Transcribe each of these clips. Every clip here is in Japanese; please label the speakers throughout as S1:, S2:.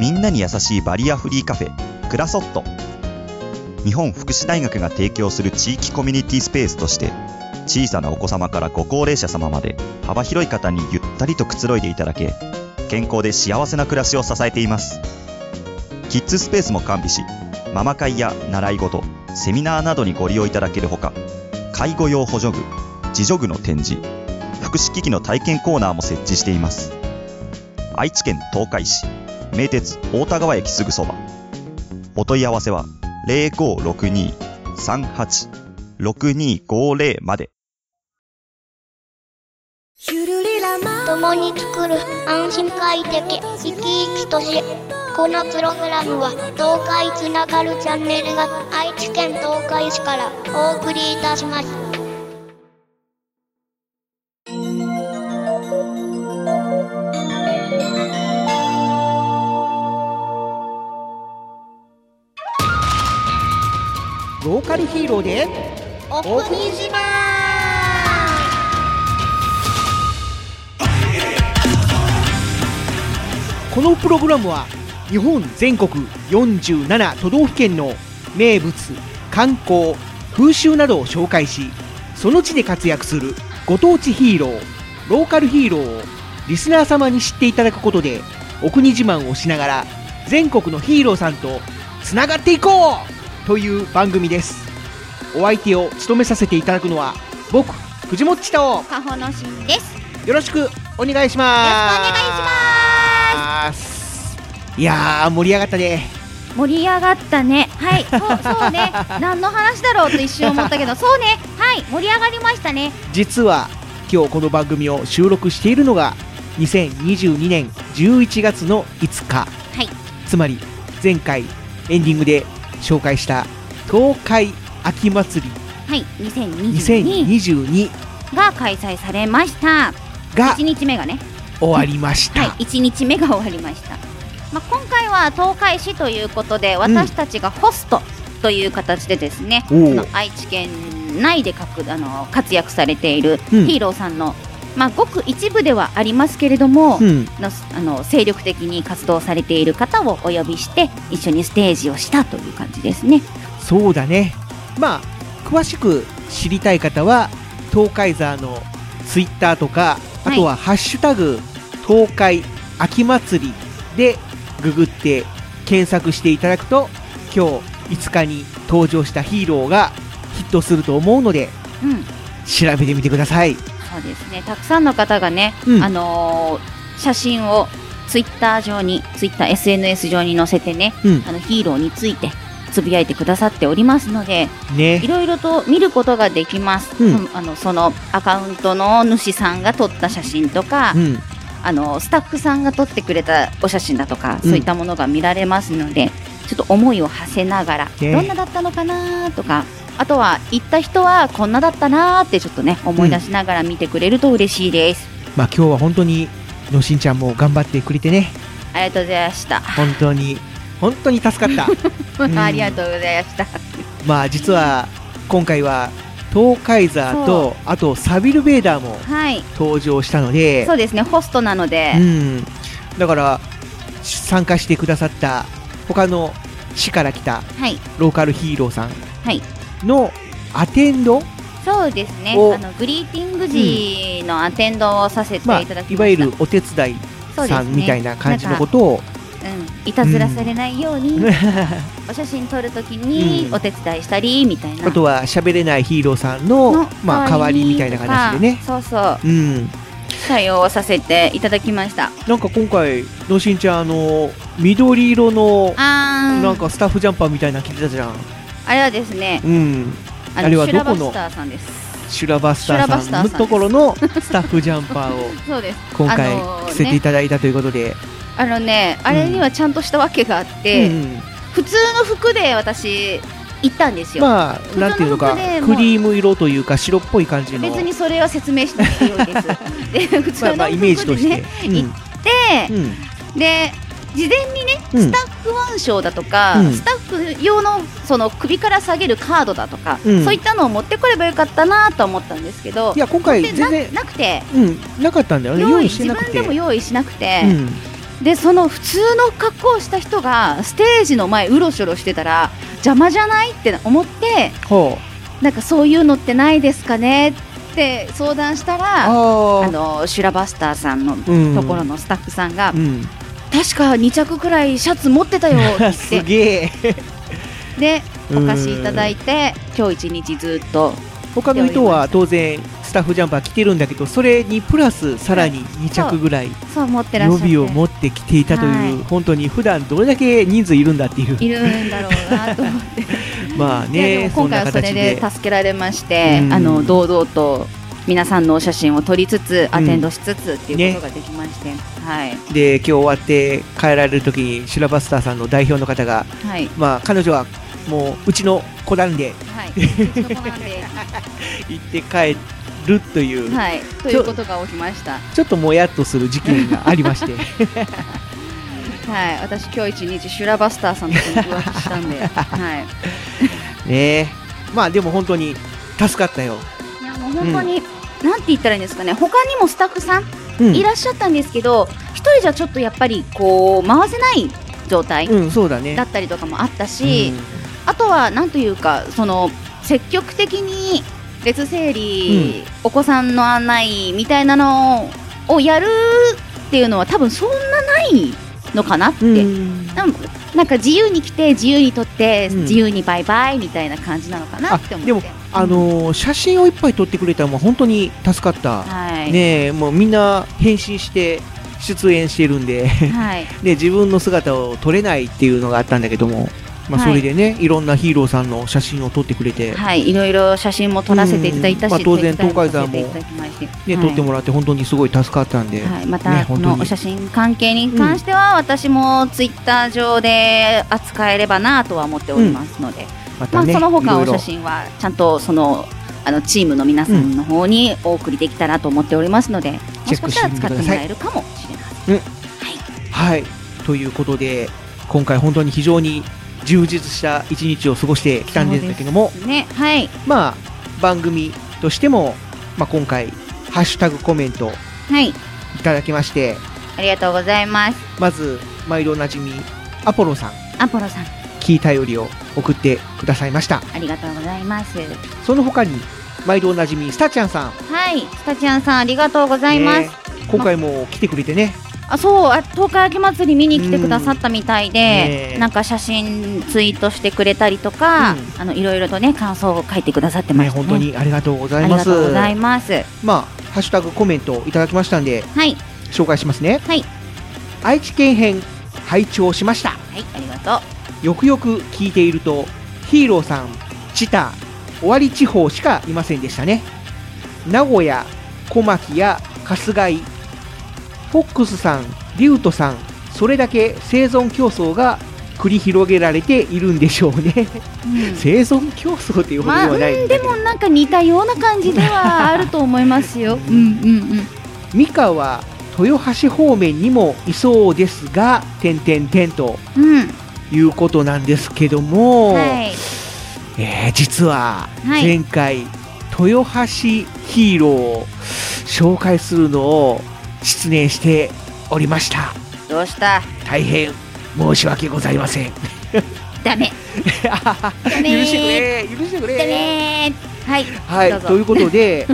S1: みんなに優しいバリアフリーカフェクラソット日本福祉大学が提供する地域コミュニティスペースとして小さなお子様からご高齢者様まで幅広い方にゆったりとくつろいでいただけ健康で幸せな暮らしを支えていますキッズスペースも完備しママ会や習い事セミナーなどにご利用いただけるほか介護用補助具自助具の展示福祉機器の体験コーナーも設置しています愛知県東海市名鉄大田川駅すぐそばお問い合わせは0562-38-6250まで
S2: ゆるりらま
S3: 共に作る安心快適生き生きとしこのプログラムは東海つながるチャンネルが愛知県東海市からお送りいたします
S4: ローカルヒーローで
S3: お
S4: 国
S3: 自慢
S4: このプログラムは日本全国47都道府県の名物観光風習などを紹介しその地で活躍するご当地ヒーローローカルヒーローをリスナー様に知っていただくことでお国自慢をしながら全国のヒーローさんとつながっていこうという番組ですお相手を務めさせていただくのは僕藤本千と
S2: カホのしんですよ
S4: よろしくお願いし
S2: ろしくお
S4: ます
S2: 願いしま
S4: ますいやー盛り上がったね
S2: す盛り上がったねはいそうそうね何の話だろうと一瞬思ったけどそうねはい盛り上がりましたね
S4: 実は今日この番組を収録しているのが2022年11月の5日、
S2: はい
S4: つまり前回エンディングで紹介した東海秋祭り
S2: はい2022
S4: 2022
S2: が開催されました
S4: が
S2: 1日目がね
S4: 終わりました、
S2: はい、1日目が終わりました、まあ、今回は東海市ということで私たちがホストという形でですね、
S4: おー
S2: あの愛知県内で各あの活躍されている
S4: うん
S2: ヒーローさんの、まあ、ごく一部ではありますけれども、
S4: うん、
S2: のあの精力的に活動されている方をお呼びして一緒にステージをしたという感じですね。
S4: そうだねまあ詳しく知りたい方は東海ザーのツイッターとかあ
S2: はい
S4: とは「ハッシュタグ東海秋祭り」でググって検索していただくと今日5日に登場したヒーローがヒットすると思うので
S2: うん、
S4: 調べてみてください
S2: そうですねたくさんの方がね、
S4: うん
S2: あのー写真をツイッター上にツイッター SNS 上に載せてね
S4: うん
S2: あのヒーローについてつぶやいてくださっておりますのでい
S4: ね
S2: ろいろと見ることができます、
S4: うん
S2: あのそのアカウントの主さんが撮った写真とか、
S4: うん
S2: あのスタッフさんが撮ってくれたお写真だとか、
S4: うん
S2: そういったものが見られますのでちょっと思いを馳せながら、
S4: ね
S2: どんなだったのかなとかあとは行った人はこんなだったなーってちょっとね思い出しながら見てくれると嬉しいです、
S4: まあ今日は本当にのしんちゃんも頑張ってくれてね
S2: ありがとうございました、
S4: 本当に本当に助かったん
S2: ありがとうございました
S4: まあ実は今回は東海ザーとあとサビル・ベーダーも
S2: はい
S4: 登場したので
S2: そうですねホストなので、
S4: うん、だから参加してくださった他の市から来た
S2: はい
S4: ローカルヒーローさ
S2: はい
S4: んのアテンド、
S2: そうですね
S4: お
S2: あのグリーティング時のアテンドをさせてい
S4: まあ、
S2: ただきました、
S4: いわゆるお手伝い
S2: そうで
S4: さ
S2: す
S4: ん
S2: ね
S4: みたいな感じのことを、
S2: なんかうん、いたずらされないよう に、お写真撮るときに
S4: うん
S2: お手伝いしたりみたいな、
S4: あとは喋れないヒーローさんの
S2: の
S4: まあ、代わりみたいな形でね
S2: と。かそうそう
S4: うん、
S2: 対応をさせていただきました
S4: なんか今回のしんちゃんあの緑色の
S2: あー
S4: なんかスタッフジャンパーみたいなの着てたじゃん。
S2: あれはですね
S4: うん。
S2: あ
S4: あれ
S2: の
S4: は
S2: シ
S4: ど
S2: ュラ
S4: こ
S2: バ
S4: の
S2: スターさんです
S4: シュラバスタ
S2: シュラバ
S4: ー
S2: スターさん
S4: さんの
S2: です
S4: ところのスタッフジャンパー を
S2: そうです
S4: 今回
S2: あのー
S4: 着せていただいたということで。
S2: あのねあれにはちゃんとしたわけがあって、
S4: うん
S2: 普通の服で私行ったんですよ、
S4: まあ、なんていうのか、
S2: 普通の服でも
S4: クリーム色というか白っぽい感じの。
S2: 別にそれは説明しなくてよい です。で普通
S4: まあ
S2: の
S4: まあイメージと
S2: 服で
S4: し
S2: ね
S4: て。うん
S2: で
S4: うん
S2: で事前にね
S4: うん
S2: スタッフ腕章だとか、
S4: うん
S2: スタッフ用のその首から下げるカードだとか、
S4: うん
S2: そういったのを持ってこればよかったなと思ったんですけど
S4: いや、今回
S2: でな
S4: 全然、
S2: なくて
S4: うん、なかったんだよね。
S2: 用
S4: 用
S2: 意
S4: 意して
S2: 自
S4: なく
S2: 分
S4: て。
S2: でも用意しなくて
S4: う、ん
S2: でその普通の格好をした人がステージの前うろしょろしてたら邪魔じゃないって思って
S4: ほう
S2: なんかそういうのってないですかねって相談したらあ
S4: あー
S2: のシュラバスターさんの
S4: うん
S2: ところのスタッフさんが、
S4: うん
S2: 確か2着くらいシャツ持ってたよって
S4: す
S2: 言って
S4: げえ
S2: でお貸しいただいて今日一日ずっと
S4: 他の人は当然スタッフジャンパー着てるんだけどそれにプラスさらに2着ぐらい
S2: そう持ってら
S4: 予
S2: っしゃって
S4: 備を持ってきていたという、
S2: は
S4: 本当に普段どれだけ人数いるんだっていう
S2: いるんだろうなと思って
S4: まあ
S2: いやで
S4: ね
S2: も今回はそ
S4: んな
S2: れ
S4: 形
S2: で助けられまして
S4: うん
S2: あの堂々と皆さんのお写真を撮りつつアテンドしつつっていう
S4: ね
S2: ことができまして、はい
S4: で今日終わって帰られる時にシュラバスターさんの代表の方が、
S2: はい
S4: まあ、彼女はもううちの子なんで
S2: はいうちの子なんで
S4: 行って帰るという、
S2: はいということが起きました
S4: ちょっともやっとする事件がありまして
S2: はい私今日一日シュラバスターさんと浮気したんではい
S4: ねまあでも本当に助かったよ、
S2: いやもう本当に、なんて言ったらいいんですかね他にもスタッフさん
S4: うん、
S2: いらっしゃったんですけど一人じゃちょっとやっぱりこう回せない状態
S4: うんそうだね
S2: だったりとかもあったし、あとはなんというかその積極的に列整理、お子さんの案内みたいなのをやるっていうのは多分そんなないのかなって、
S4: うん
S2: 多分なんか自由に来て自由に撮って、
S4: うん
S2: 自由にバイバイみたいな感じなのかなって思って
S4: でもあのー写真をいっぱい撮ってくれたのは本当に助かった、
S2: はい、
S4: ねえもうみんな返信して出演してるんで
S2: はい、
S4: で自分の姿を撮れないっていうのがあったんだけども、まあ、
S2: はい
S4: それでね、い、ろんなヒーローさんの写真を撮ってくれて、
S2: はい、いろいろ写真も撮らせていただいたし、
S4: うんまあ当然
S2: ツイッターにも
S4: 東海山
S2: 載せ
S4: も
S2: ていただきまして
S4: ね
S2: はい
S4: 撮ってもらって本当にすごい助かったんで、
S2: はい、ま
S4: ね
S2: たこ
S4: 本当
S2: の
S4: に
S2: お写真関係に関しては、私もツイッター上で扱えればなとは思っておりますので、ま
S4: また
S2: あ、
S4: ね、
S2: その他
S4: い
S2: お
S4: ろい
S2: 写
S4: ろ
S2: 真はちゃんとそのあのチームの皆さんの方にお送りできたらと思っておりますので、もしかしたら使ってもらえるかもしれない。
S4: はいということで今回本当に非常に充実した一日を過ごしてきたんですけども、
S2: ね、はい、
S4: まあ番組としても、まあ、今回ハッシュタグコメント
S2: はい、
S4: いただきまして
S2: ありがとうございます。
S4: まず毎度おなじみアポロさん
S2: アポロさん、
S4: 聞いたよりを送ってくださいました
S2: ありがとうございます。
S4: その他に毎度おなじみスタちゃんさん
S2: はい、スタチアンさん、ありがとうございます。
S4: ね今回も来てくれてね、
S2: あそうあ東海秋祭り見に来てくださったみたいで、
S4: ねえ
S2: なんか写真ツイートしてくれたりとか、
S4: うん
S2: あのいろいろとね感想を書いてくださってま
S4: ね
S2: したね
S4: 本当にありがとうござ
S2: あ
S4: い
S2: り
S4: ま
S2: が
S4: す
S2: とうございます
S4: まあハッシュタグコメントいただきましたんで
S2: はい
S4: 紹介しますね
S2: はい
S4: 愛知県編拝聴しました
S2: はいありがと
S4: よくよく聞いているとヒーローさんチタ尾張地方しかいませんでしたね名古屋小牧や春日井フォックスさんリュウトさんそれだけ生存競争が繰り広げられているんでしょうね
S2: う、うん
S4: 生存競争っていうほどで
S2: まあ、う
S4: はないん
S2: ん
S4: だ
S2: で
S4: けど、
S2: もなんか似たような感じではあると思います ようんうんうん
S4: 三河豊橋方面にもいそうですが点々点と
S2: うん、
S4: いうことなんですけども、
S2: はい、
S4: えー実は
S2: はい
S4: 前回、豊橋ヒーローを紹介するのを失念しておりました
S2: どうした
S4: 大変申し訳ございません
S2: ダメ めー
S4: 許してくれ許してく
S2: ダ
S4: れ
S2: メはいど
S4: はいう
S2: ぞ
S4: というこ とで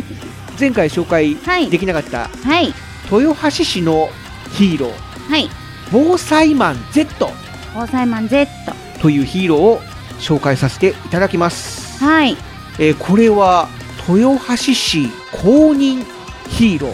S4: 前回紹介
S2: はい
S4: できなかった
S2: はい
S4: 豊橋市のヒーロー
S2: はい
S4: 防災マン Z
S2: 防災マン Z
S4: というヒーローを紹介させていただきます、
S2: はい
S4: えーこれは豊橋市公認ヒーロ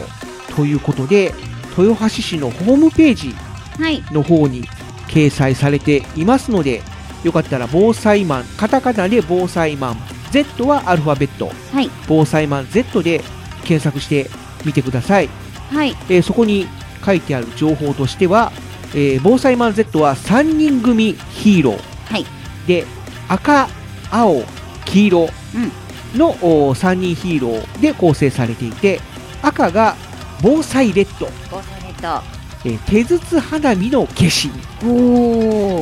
S4: ーということで豊橋市のホームページ
S2: はい
S4: の方に掲載されていますのでよかったら防災マンカタカナで防災マン Z はアルファベット
S2: はい
S4: 防災マン Z で検索してみてください、
S2: はい
S4: えーそこに書いてある情報としては、えー防災マン Z は3人組ヒーロー
S2: はい
S4: で赤青黄色の、お3人ヒーローで構成されていて赤が防災レッド、
S2: 防災レッド
S4: えー手筒花火の化身
S2: お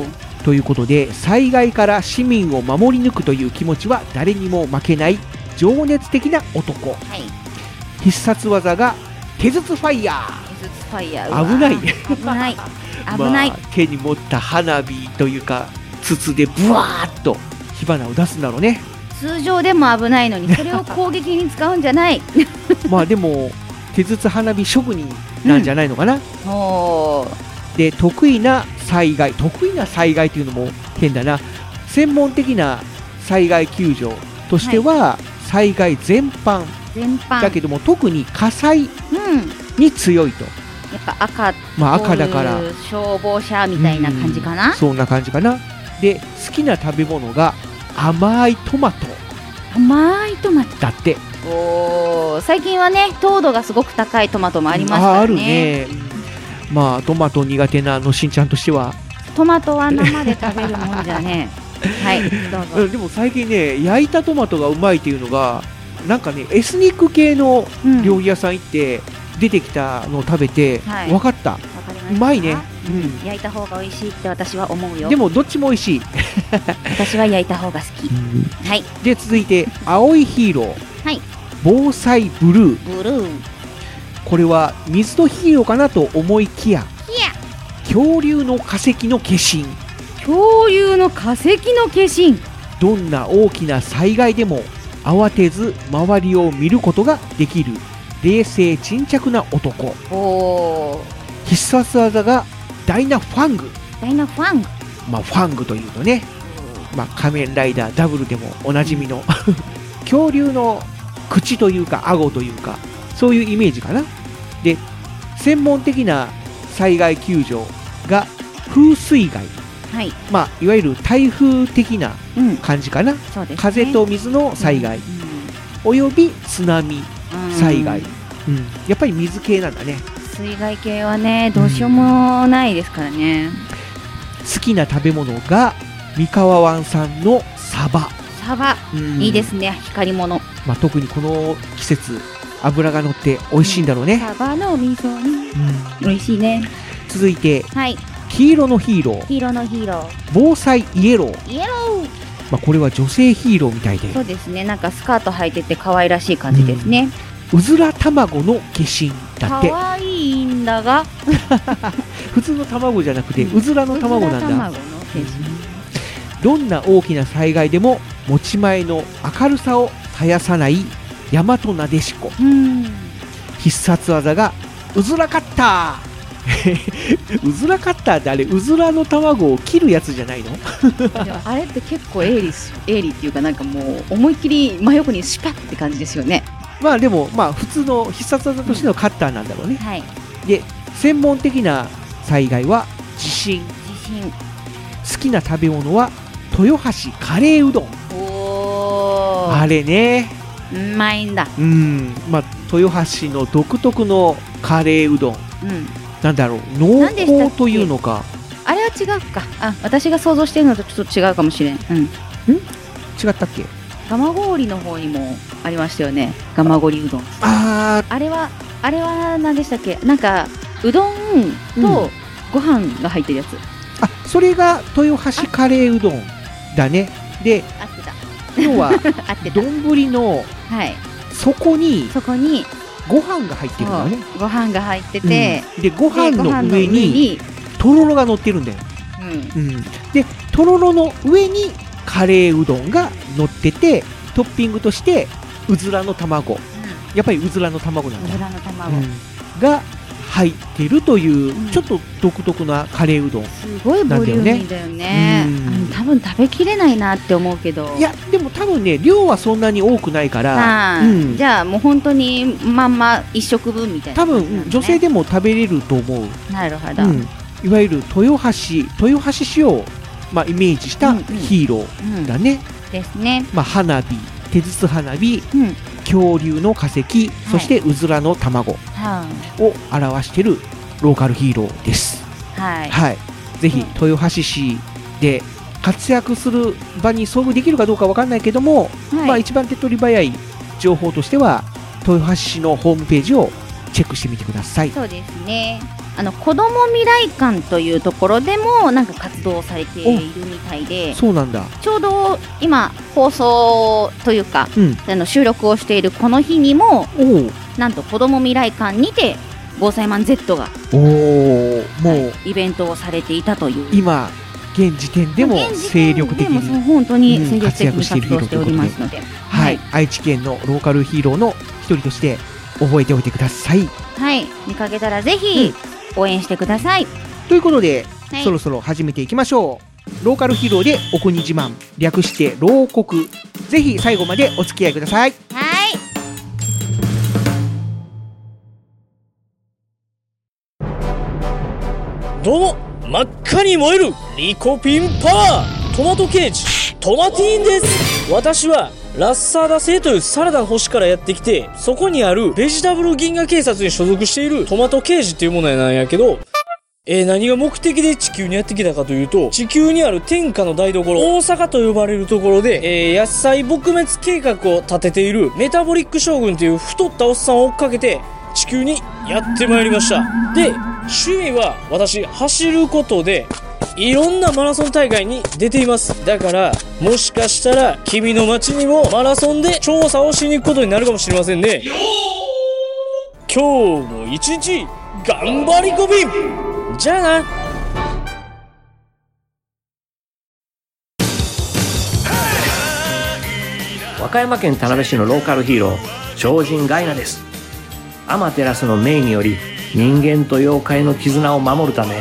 S2: お
S4: ということで災害から市民を守り抜くという気持ちは誰にも負けない情熱的な男
S2: はい
S4: 必殺技が手筒ファイヤ
S2: 手筒ファイヤーうわ
S4: ー危ない
S2: 危ない危ない
S4: まあ、手に持った花火というか筒でブワーッと火花を出すんだろうね
S2: 通常でも危ないの にそれを攻撃に使うんじゃない
S4: まあでも手筒花火職人なんじゃないのかな、
S2: お
S4: で得意な災害得意な災害というのも変だな専門的な災害救助としては災害全般
S2: 全般
S4: だけども、特に火災
S2: うん
S4: に強いと、
S2: やっぱ赤
S4: まあ、赤だから
S2: こういう消防車みたいな感じかな
S4: うんそんな感じかなで好きな食べ物が甘いトマト
S2: 甘いトマト
S4: だって
S2: おー最近はね糖度がすごく高いトマトもありますからね
S4: ああるねまあトマト苦手なあのしんちゃんとしては、
S2: トマトは生で食べるもんじゃ ねえはいどう
S4: う
S2: ぞ
S4: んでも最近ね焼いたトマトがうまいっていうのがなんかねエスニック系の
S2: うん
S4: 料理屋さん行って出てきたのを食べて、
S2: はい
S4: 分かった
S2: わかりま
S4: う
S2: した
S4: まいね、
S2: 焼いた方が美味しいって私は思う
S4: うん
S2: よ
S4: でもどっちも美味しい、
S2: 私は焼いた方が好きはい
S4: で続いて「青いヒーロー」
S2: はい
S4: 防災ブルー
S2: ブルー」
S4: これは水とヒーローかなと思いきや
S2: きや
S4: 恐竜の化石の化身
S2: 恐竜の化石の化身
S4: どんな大きな災害でも慌てず周りを見ることができる冷静沈着な男
S2: おー
S4: 必殺技がダイナファング
S2: ダイナファン
S4: まあファングというとね、まあ、仮面ライダーダブルでもおなじみの 恐竜の口というか顎というかそういうイメージかなで専門的な災害救助が風水害
S2: はい
S4: まあいわゆる台風的な
S2: うん
S4: 感じかな
S2: そうです、ね、
S4: 風と水の災害、
S2: うん
S4: および津波、
S2: うん
S4: 災害うん、やっぱり水系なんだね
S2: 水害系はねどうしようもないですからね、
S4: 好きな食べ物が三河湾産のサバ、
S2: サバ
S4: うん
S2: いいですね光り物
S4: まあ、特にこの季節脂が乗って美味しいんだろうね、
S2: サバの味噌に
S4: うん
S2: 美味しいね
S4: 続いて
S2: はい
S4: 黄色のヒーロー
S2: 黄色のヒーロー
S4: 防災イエロー、
S2: イエロー
S4: まあ、これは女性ヒーローみたいで
S2: そうですねなんかスカート履いてて可愛らしい感じですね、
S4: うずら卵の化身だって
S2: 可愛いんだが
S4: 普通の卵じゃなくて
S2: うん
S4: うずらの卵なんだ、
S2: うずら卵の化身
S4: どんな大きな災害でも持ち前の明るさを絶やさない大和なでしこ
S2: うん
S4: 必殺技がうずらカッター うずらカッターってあれうずらの卵を切るやつじゃないの
S2: でもあれって結構鋭利し 鋭利っていうかなんかもう思いっきり真横にシュパって感じですよね
S4: まあでもまあ普通の必殺技としてのカッターなんだろうね
S2: はい
S4: で専門的な災害は地震
S2: 自信
S4: 好きな食べ物は豊橋カレーうどん
S2: お
S4: あ
S2: ー
S4: れね
S2: うまいんだ
S4: うんまあ豊橋の独特のカレーうどん
S2: うん
S4: なんだろう
S2: 何でしたっ
S4: 濃
S2: け
S4: 厚というのか
S2: あれは違うかあ私が想像してるのとちょっと違うかもしれんうん
S4: 違ったっけ
S2: 蒲氷の方にもありましたよね蒲氷うどん
S4: あ
S2: あれはあれは何でしたっけなんかうどん
S4: うん
S2: とご飯が入ってるやつ、
S4: ーあそれが豊橋カレーうどんだねで
S2: 合ってた
S4: 要は
S2: 合ってた
S4: 丼の
S2: はい
S4: 底に
S2: そこに
S4: ご飯が入ってるんだよね
S2: そうご飯が入ってて、
S4: うんでご飯
S2: でご
S4: の上に
S2: に
S4: とろろが乗ってるんだよ、
S2: うん
S4: うん、でとろろの上にカレーうどんが乗っててトッピングとしてうずらの卵やっぱりうずらの卵なんだ、
S2: 油の卵、
S4: うんが入ってるという、
S2: うん
S4: ちょっと独特なカレーうどん
S2: すごいボリューミーだよね
S4: なんだよねうん
S2: うん多分食べきれないなって思うけど
S4: いやでも多分ね量はそんなに多くないから、
S2: は
S4: う
S2: い
S4: ん、
S2: じゃあもう本当にまんま一食分みたいな
S4: 多分、
S2: 感じなのね
S4: 女性でも食べれると思う、
S2: なるほ
S4: う
S2: ど、うん
S4: ん、いわゆる豊橋豊橋市を、まあ、イメージした
S2: うんうん
S4: ヒーローだね、
S2: ですね、
S4: まあ、花火手筒花火
S2: うん
S4: 恐竜の化石そしてうずらの卵
S2: は
S4: を表してるローカルヒーローです、
S2: いはい
S4: はいぜひ
S2: うん
S4: 豊橋市で活躍する場に遭遇できるかどうかわかんないけども、まあ、一番手っ取り早い情報としては豊橋市のホームページをチェックしてみてください。
S2: そうですねあの子ども未来館というところでもなんか活動されているみたいで
S4: そうなんだ。
S2: ちょうど今放送というか
S4: うん。
S2: あの収録をしているこの日にも
S4: おお。
S2: なんと子ども未来館にて防災マン Z が
S4: おおもう
S2: イベントをされていたという
S4: 今現時点でも
S2: まあ現時点
S4: 精力的
S2: でもそう
S4: に
S2: 本当に
S4: うん
S2: 精力的に
S4: 活躍している
S2: 活動しておりますので、
S4: はい愛知県のローカルヒーローの一人として覚えておいてください
S2: はい、見かけたらぜひ応援してください。
S4: ということで
S2: はい
S4: そろそろ始めていきましょうローカルヒーローでお国自慢略して牢国ぜひ最後までお付き合いください
S2: はい、
S5: どうも真っ赤に燃えるリコピンパワートマトケージトマティーンです私はラッサーダ星というサラダの星からやってきてそこにあるベジタブル銀河警察に所属しているトマトケージっていうものなんやけどえー何が目的で地球にやってきたかというと、地球にある天下の台所、大阪と呼ばれるところで、えー野菜撲滅計画を立てているメタボリック将軍という太ったおっさんを追っかけて、地球にやってまいりました。で、趣味は私、走ることで、いろんなマラソン大会に出ています。だから、もしかしたら、君の街にもマラソンで調査をしに行くことになるかもしれませんね。今日も一日、頑張りこびんじゃあな
S6: 和歌山県田辺市のローカルヒーロー超人ガイナですアマテラスの命により人間と妖怪の絆を守るため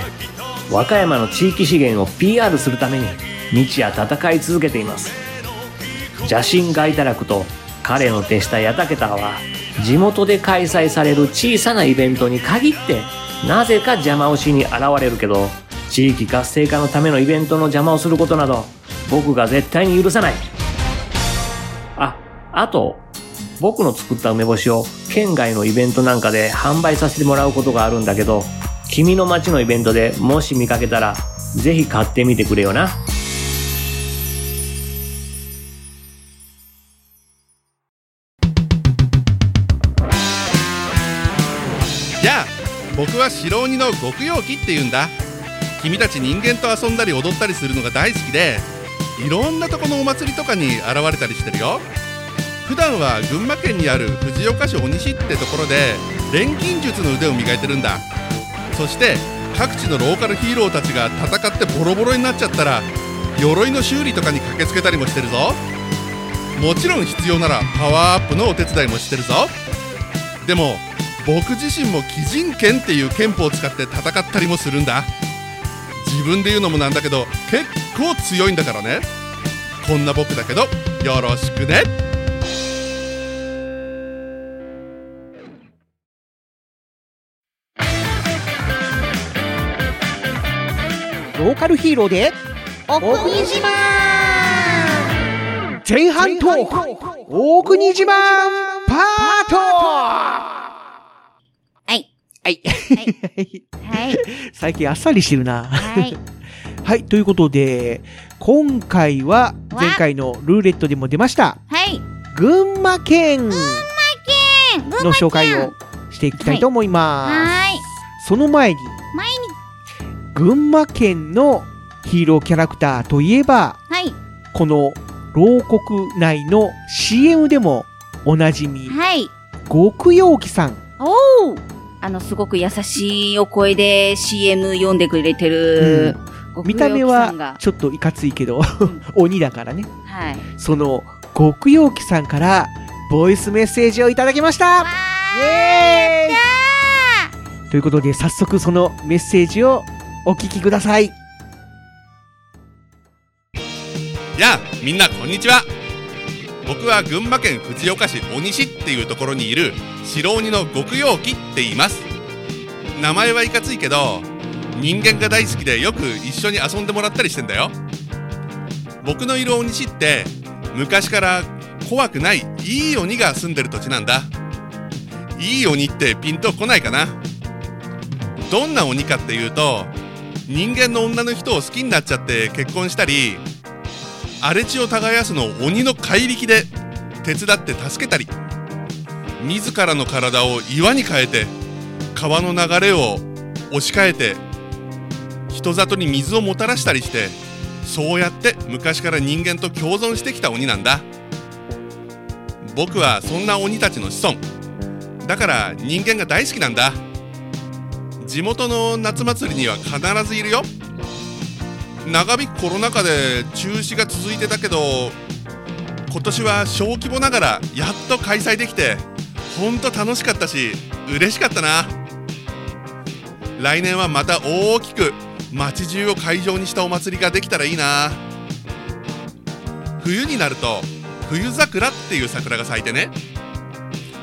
S6: 和歌山の地域資源を PR するために日夜戦い続けています邪神ガイタラクと彼の手下ヤタケタは地元で開催される小さなイベントに限ってなぜか邪魔をしに現れるけど地域活性化のためのイベントの邪魔をすることなど僕が絶対に許さないあ、あと、僕の作った梅干しを県外のイベントなんかで販売させてもらうことがあるんだけど、君の街のイベントでもし見かけたら、ぜひ買ってみてくれよな。
S7: やあ僕は白鬼の極陽気って言うんだ君たち人間と遊んだり踊ったりするのが大好きでいろんなとこのお祭りとかに現れたりしてるよ普段は群馬県にある藤岡市鬼西ってところで錬金術の腕を磨いてるんだそして各地のローカルヒーローたちが戦ってボロボロになっちゃったら鎧の修理とかに駆けつけたりもしてるぞもちろん必要ならパワーアップのお手伝いもしてるぞでも僕自身も鬼人剣っていう剣法を使って戦ったりもするんだ自分で言うのもなんだけど結構強いんだからねこんな僕だけどよろしくね
S4: ローカルヒーローで
S3: お国自慢
S4: 前半トーク大国自慢パート
S2: はい、
S4: はい。
S2: はい、
S4: 最近あっさりしてるな。
S2: はい、
S4: はい、ということで、今回は
S2: わ
S4: 前回のルーレットでも出ました、
S2: はい、
S4: 群馬県の
S2: けん、
S4: 紹介をしていきたいと思いま
S2: はーい、
S4: す。その前に、
S2: 前に、
S4: 群馬県のヒーローキャラクターといえば、
S2: はい、
S4: この牢国内の CM でもおなじみ、
S2: はい、
S4: 極陽気さん。
S2: おお。あのすごく優しいお声で CM 読んでくれてる、ご
S4: 見た目
S2: 供養記さんが
S4: はちょっといかついけど、 鬼だからね。
S2: はい、
S4: その極陽気さんからボイスメッセージをいただきましたイエーイということで早速そのメッセージをお聞きください
S7: やあみんなこんにちは僕は群馬県藤岡市鬼市っていうところにいる白鬼の極陽鬼って言います名前はいかついけど人間が大好きでよく一緒に遊んでもらったりしてんだよ僕のいる鬼市って昔から怖くないいい鬼が住んでる土地なんだいい鬼ってピンとこないかなどんな鬼かっていうと人間の女の人を好きになっちゃって結婚したり荒れ地を耕すのを鬼の怪力で手伝って助けたり自らの体を岩に変えて川の流れを押し替えて人里に水をもたらしたりしてそうやって昔から人間と共存してきた鬼なんだ僕はそんな鬼たちの子孫だから人間が大好きなんだ地元の夏祭りには必ずいるよ長引くコロナ禍で中止が続いてたけど今年は小規模ながらやっと開催できてほんと楽しかったし嬉しかったな来年はまた大きく町中を会場にしたお祭りができたらいいな冬になると冬桜っていう桜が咲いてね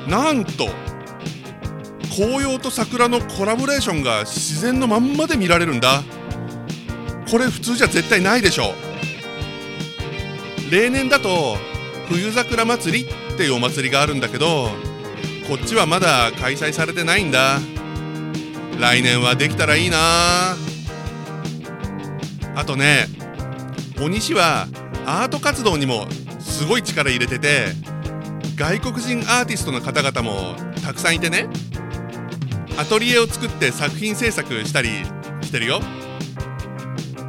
S7: なんと紅葉と桜のコラボレーションが自然のまんまで見られるんだこれ普通じゃ絶対ないでしょ例年だと冬桜祭りっていうお祭りがあるんだけどこっちはまだ開催されてないんだ来年はできたらいいなあとね小西はアート活動にもすごい力入れてて外国人アーティストの方々もたくさんいてねアトリエを作って作品制作したりしてるよ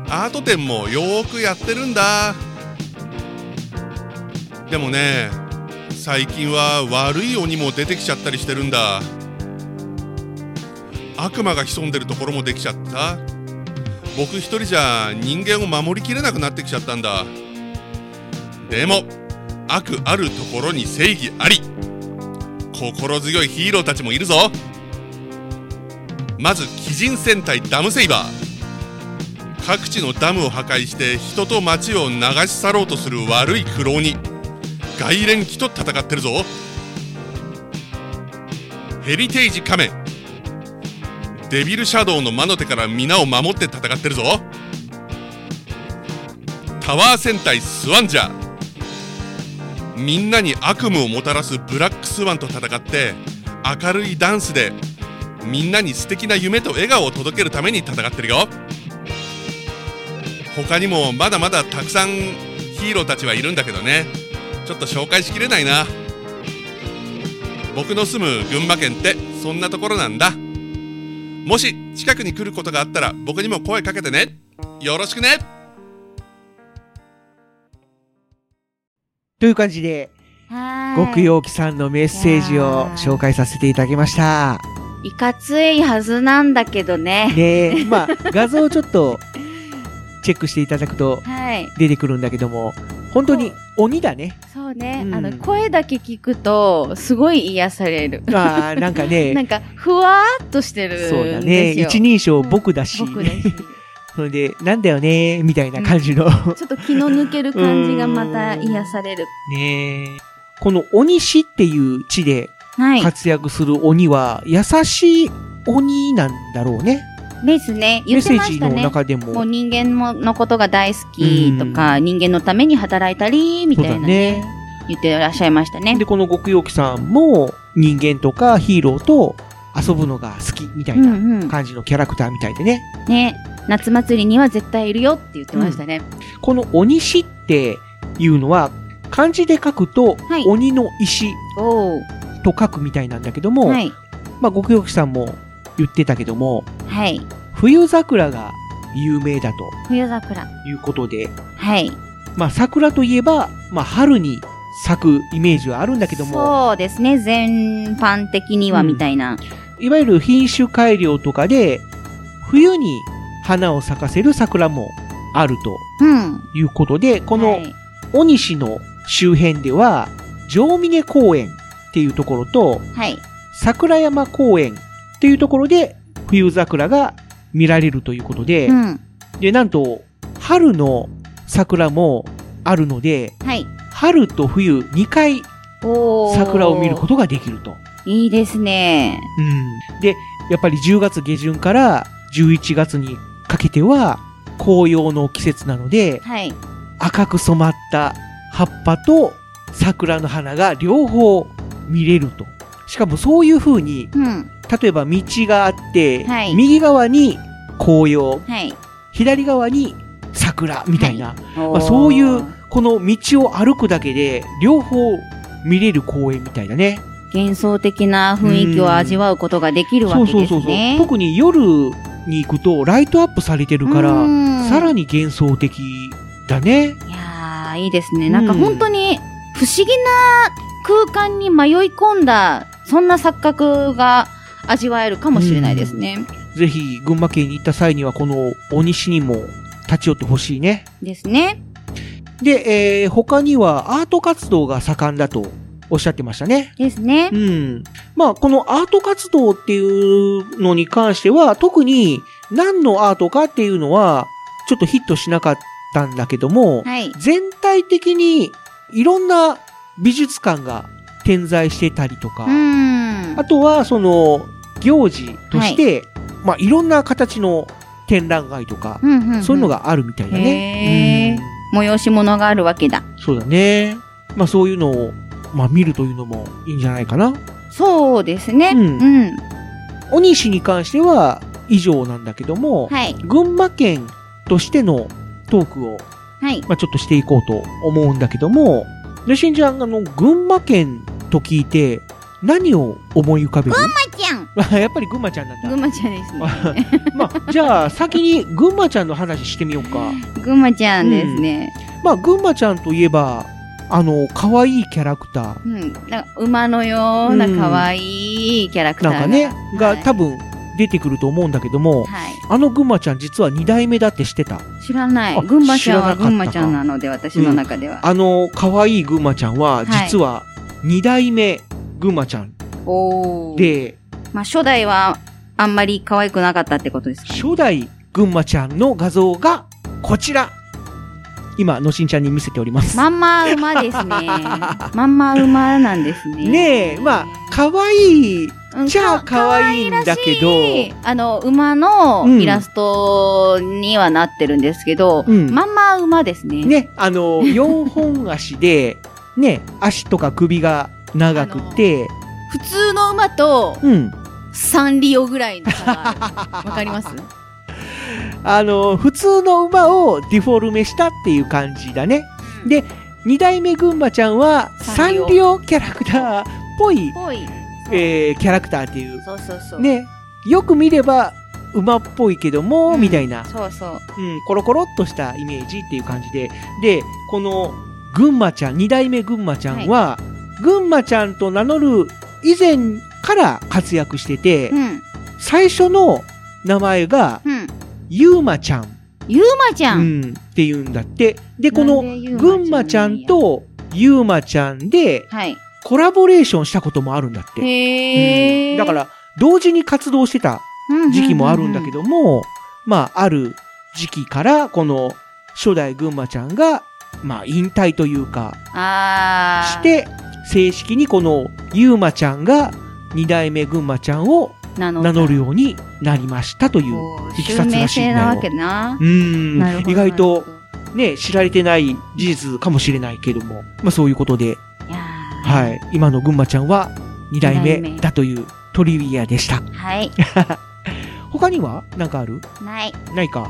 S7: アート展もよーくやってるんだでもね最近は悪い鬼も出てきちゃったりしてるんだ悪魔が潜んでるところもできちゃった僕一人じゃ人間を守りきれなくなってきちゃったんだでも悪あるところに正義あり心強いヒーローたちもいるぞまず鬼人戦隊ダムセイバー各地のダムを破壊して人と町を流し去ろうとする悪い苦労に外連機と戦ってるぞヘリテージ仮面デビルシャドウの魔の手から皆を守って戦ってるぞタワー戦隊スワンジャーみんなに悪夢をもたらすブラックスワンと戦って明るいダンスでみんなに素敵な夢と笑顔を届けるために戦ってるよ他にもまだまだたくさんヒーローたちはいるんだけどねちょっと紹介しきれないな僕の住む群馬県ってそんなところなんだもし近くに来ることがあったら僕にも声かけてねよろしくね
S4: という感じで、極陽気さんのメッセージを紹介させていただきました。
S2: いかついはずなんだけどね。
S4: で、まあ、画像をちょっとチェックしていただくと
S2: はい。
S4: 出てくるんだけども、本当に鬼だね。
S2: そうね。
S4: うん
S2: あの、声だけ聞くと、すごい癒される。
S4: まあ、なんか
S2: な
S4: ね、
S2: んか、ふわーっとしてるんですよ。
S4: そうだね。一人称僕だし、
S2: 僕だし。
S4: それで、なんだよね、みたいな感じの。
S2: ちょっと気の抜ける感じがまた癒される。
S4: ねえこの鬼師っていう地で
S2: はい。
S4: 活躍する鬼は、優しい鬼なんだろうね。
S2: ですね。
S4: メ
S2: 言
S4: ッ
S2: って
S4: セ
S2: ま
S4: ー
S2: し
S4: ジ
S2: た
S4: の
S2: ね。
S4: 中で
S2: もう
S4: も。
S2: 人間ものことが大好きとか、人間のために働いたり、みたいな
S4: そう
S2: ね
S4: だね
S2: 言ってらっしゃいましたね
S4: で、。この極陽気さんも人間とかヒーローと遊ぶのが好きみた
S2: う
S4: いなん
S2: うん。
S4: 感じのキャラクターみたいでね。
S2: ね。夏祭りには絶対いるよって言ってましたね。
S4: この鬼師っていうのは、漢字で書くと、
S2: はい
S4: 鬼の石
S2: おー
S4: と書くみたいなんだけども、
S2: はい。
S4: まあ、極陽気さんも言ってたけども、
S2: はい。
S4: 冬桜が有名だと
S2: 冬桜。
S4: いうことで、
S2: はい。
S4: まあ、桜といえば、まあ、春に咲くイメージはあるんだけども、
S2: そうですね。全般的にはみたいな。
S4: いわゆる品種改良とかで、冬に花を咲かせる桜もあると
S2: うん。
S4: いうことで、こ
S2: は
S4: の
S2: い
S4: 小西の周辺では、城峰公園っていうところと、
S2: はい。
S4: 桜山公園っていうところで、冬桜が見られるということで、
S2: うん。
S4: で、なんと、春の桜もあるので、
S2: はい。
S4: 春と冬2回
S2: おー
S4: 桜を見ることができると。
S2: いいですね。
S4: うん、で、やっぱり10月下旬から11月にかけては紅葉の季節なので、
S2: はい。
S4: 赤く染まった葉っぱと桜の花が両方見れると。しかもそういう風に、
S2: うん。
S4: 例えば道があって、
S2: はい
S4: 右側に紅葉、
S2: はい。
S4: 左側に桜みたいな、
S2: ま
S4: まあ、そういうこの道を歩くだけで両方見れる公園みたいだね。
S2: 幻想的な雰囲気を味わうことができるわけですね。
S4: 特に夜に行くとライトアップされてるから、
S2: うん
S4: さらに幻想的だね。
S2: いやー、いいですね。なんか
S4: うん
S2: 本当に不思議な空間に迷い込んだ、そんな錯覚が味わえるかもしれないですね。
S4: ぜひ、群馬県に行った際には、この大西にも立ち寄ってほしいね。
S2: ですね。
S4: で、えー他にはアート活動が盛んだとおっしゃってましたね。
S2: ですね
S4: う。ん。まあ、このアート活動っていうのに関しては、特に何のアートかっていうのは、ちょっとヒットしなかったんだけども、
S2: はい。
S4: 全体的にいろんな美術館が点在してたりとか、
S2: うーん
S4: あ。とはその行事として、まあいろんな形の展覧会とか、
S2: うんうんん
S4: そういうの。があるみたいだね。
S2: へー
S4: うん
S2: 催し物があるわけだ。
S4: そうだね。まあそういうのを、まあ見るというのもいいんじゃないかな。
S2: そうですね。
S4: う
S2: うんん。
S4: 小西に関しては以上なんだけども、
S2: はい。
S4: 群馬県としてのトークを、
S2: はい。
S4: まあ、ちょっとしていこうと思うんだけども、で、しんちゃん、あの、群馬県と聞いて、何を思い浮かべる
S2: まちゃん。
S4: あ やっぱり群馬ちゃんなん
S2: ぐ
S4: だ。
S2: まちゃんですね。
S4: まあ、じゃあ、先に群馬ちゃんの話してみよう か。
S2: ぐまちゃんですね。
S4: まあ、群馬ちゃんといえば、あの、可愛いキャラクター。
S2: うん。なんか馬のような可愛いキャラクター
S4: なん
S2: が。
S4: かね、が
S2: はい
S4: 多分出てくると思うんだけども、
S2: はい。
S4: あの群馬ちゃん実は二代目だって知ってた。
S2: 知らな
S4: あ
S2: い。群馬ちゃん
S4: 知らなか
S2: は
S4: ったか
S2: 群馬ちゃんなので、私の中では。
S4: あの、可愛い群馬ちゃんは、
S2: はい
S4: 実は二代目群馬ちゃん
S2: おお。、
S4: で、
S2: まあ、初代はあんまり可愛くなかったってことですかね。
S4: 初代群馬ちゃんの画像がこちら。今、のしんちゃんに見せております。
S2: まんま馬ですね。 まんま馬なんですね。
S4: ねえ、まあ、可愛い
S2: うん
S4: じゃあ
S2: か
S4: 可愛いんだけど
S2: 可愛いらしいあの、馬のイラストにはなってるんですけど、
S4: うん
S2: まんま馬ですね。
S4: ね、あの、4本足で、ね、足とか首が長く て、
S2: 普通の馬と
S4: うん。
S2: サンリオぐらいの差が ある。わかります
S4: あの、普通の馬をディフォルメしたっていう感じだね。で、二代目群馬ちゃんは、サ
S2: サンリオ
S4: ンリオキャラクターっぽい、
S2: ぽい。
S4: えーキャラクターっていう。
S2: そうそうそう。
S4: ね、よく見れば、馬っぽいけども、
S2: うん
S4: みたいな、
S2: そうそう。
S4: うん、コロコロっとしたイメージっていう感じで。で、この、群馬ちゃん、二代目群馬ちゃんは、群馬ちゃんと名乗る以前から活躍してて、
S2: うん。
S4: 最初の名前が、
S2: うん。
S4: ゆうまちゃん。
S2: ゆうまちゃ。
S4: うんん、っていうんだって。で、この、
S2: なんでゆうまちゃんなんや
S4: 群馬ちゃんとゆうまちゃんで
S2: はい。
S4: コラボレーションしたこともあるんだって。
S2: へえ、
S4: うんだから、同時に活動してた時期もあるんだけ
S2: ど。
S4: ども、まあ、ある時期から、この、初代群馬ちゃんが、まあ、引退というか、
S2: ああ。
S4: し、て、正式にこの、ゆうまちゃんが、二代目群馬ちゃんを
S2: 名乗
S4: 名乗るようになりましたという、
S2: う
S4: いきさつらしい
S2: 襲名制
S4: んだよ
S2: なわけな
S4: う。ん
S2: なるほ、ど
S4: 意外と、
S2: なるほ
S4: ね、知られてない事実かもしれないけども、まあそういうことで、
S2: どいや。
S4: はいい、今の群馬ちゃんは2代
S2: 二代
S4: 目
S2: 目
S4: だというトリビアでした。
S2: はい。
S4: 他には何かある
S2: ない。
S4: ないか。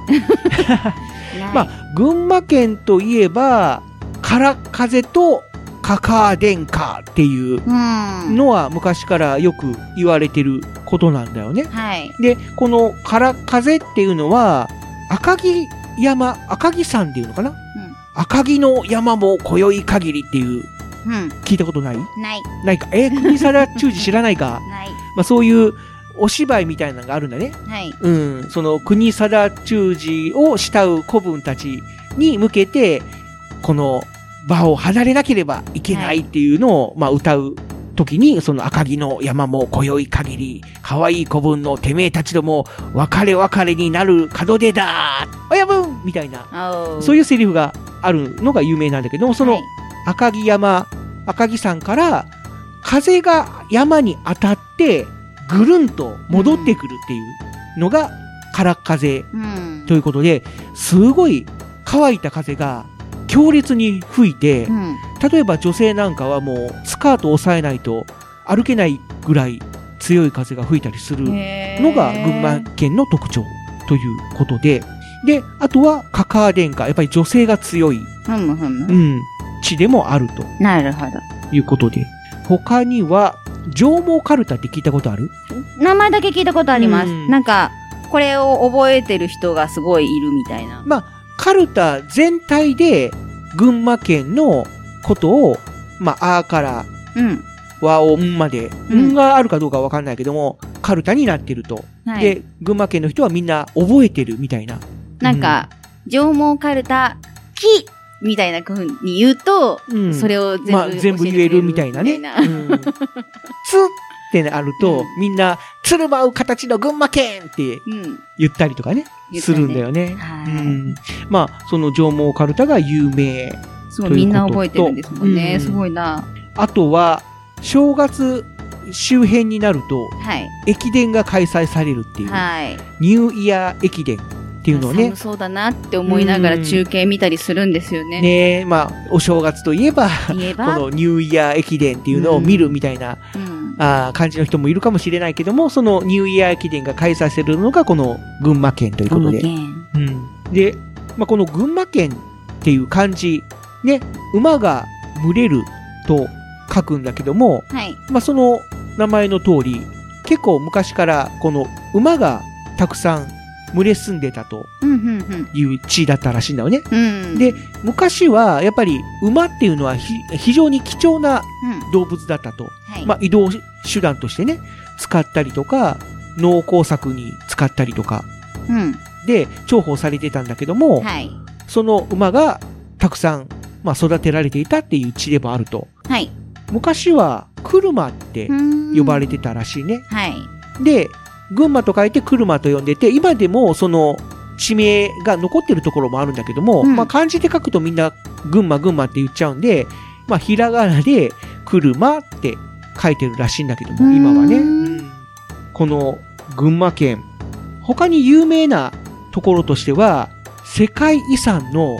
S2: ない。
S4: まあ、群馬県といえば、空風とカカア殿下っていう
S2: うん。
S4: のは昔からよく言われてることなんだよね。
S2: はい。
S4: で、この空風っていうのは、赤城山、赤城山っていうのかな、赤城の山も今宵限りっていう、
S2: うん。
S4: 聞いたことない
S2: ない。
S4: ないか。えー、国皿中治知らないか。
S2: ない。
S4: まあそういうお芝居みたいなのがあるんだね。
S2: はい。
S4: うん。その国定中治を慕う子分たちに向けて、この場を離れなければいけないっていうのを、まあ歌う時に、その赤城の山も今宵限り、可愛い子分のてめえたちども、別れ別れになる門出だ親分みたいな、そう
S2: い
S4: いうセリフがあるのが有名なんだけども、その、
S2: はい
S4: 赤城山、赤城山から風が山に当たってぐるんと戻ってくるっていうのが空っ風
S2: うん。
S4: ということで、すごい乾いた風が強烈に吹いて
S2: う、ん。
S4: 例えば女性なんかはもうスカートを押さえないと歩けないぐらい強い風が吹いたりするの
S2: の
S4: が群馬県の特徴ということで、で、あとはカカア殿下、やっぱり女性が強い、
S2: ふむふ
S4: う
S2: む。
S4: ん、地でもあると。
S2: なるほど。
S4: ということで。他には、上毛カルタって聞いたことある
S2: 名前だけ聞いたことあります
S4: うん。
S2: なんか、これを覚えてる人がすごいいるみたいな。
S4: まあ、カルタ全体で群馬県のことを、まあ、あーから
S2: うん。
S4: 和音まで、
S2: うん
S4: んがあるかどうかわかんないけども、カルタになってると。
S2: はい
S4: で、群馬県の人はみんな覚えてるみたいな。
S2: なんか、上毛カルタ、木みたいな風に言うと、
S4: うん、
S2: それを全部,、
S4: まあ、全部言えるみたいなね。うん、つってなると、みんな、つるまう形の群馬県って
S2: うん。
S4: 言ったりとかね、
S2: 言った
S4: す
S2: りね
S4: るんだよね。
S2: はい
S4: うん、まあ、その上毛カルタが有名。
S2: すごい、
S4: ということと
S2: みんな覚えてるんですもんね。
S4: うん
S2: すごいな。
S4: あとは、正月周辺になると、
S2: はい。
S4: 駅伝が開催されるっていう、
S2: はい。
S4: ニューイヤー駅伝っていうのをね
S2: 寒、そうだなって思いながら中継見たりするんですよね。
S4: ねえまあ、お正月といえば、
S2: 言え
S4: こ
S2: ば、
S4: のニューイヤー駅伝っていうのを見るみたいな、
S2: うん
S4: あー感じの人もいるかもしれないけども、そのニューイヤー駅伝が開催されるのがこの群馬県ということで。うん、で、まあ、この群馬県っていう漢字、ね、馬が群れると書くんだけども、
S2: はい。
S4: まあ、その名前の通り、結構昔からこの馬がたくさん群れ住んでたと
S2: うん、うん、
S4: いう地だったらしいんだよね。
S2: うん。うん。
S4: で、昔はやっぱり馬っていうのはひ非常に貴重な
S2: うん。
S4: 動物だったと。
S2: はい。
S4: まあ、移動手段としてね、使ったりとか、農耕作に使ったりとか
S2: うん。
S4: で重宝されてたんだけども、
S2: はい。
S4: その馬がたくさん、まあ、育てられていたっていう地でもあると。
S2: はい。
S4: 昔は車って呼ばれてたらしいね。
S2: はい。
S4: で、群馬と書いて車と呼んでて、今でもその地名が残ってるところもあるんだけども、
S2: うん
S4: まあ漢字で書くとみんな群馬群馬って言っちゃうんで、まあひらがなで車って書いてるらしいんだけども、今はね。
S2: うーん
S4: うんこの群馬県、他に有名なところとしては、世界遺産の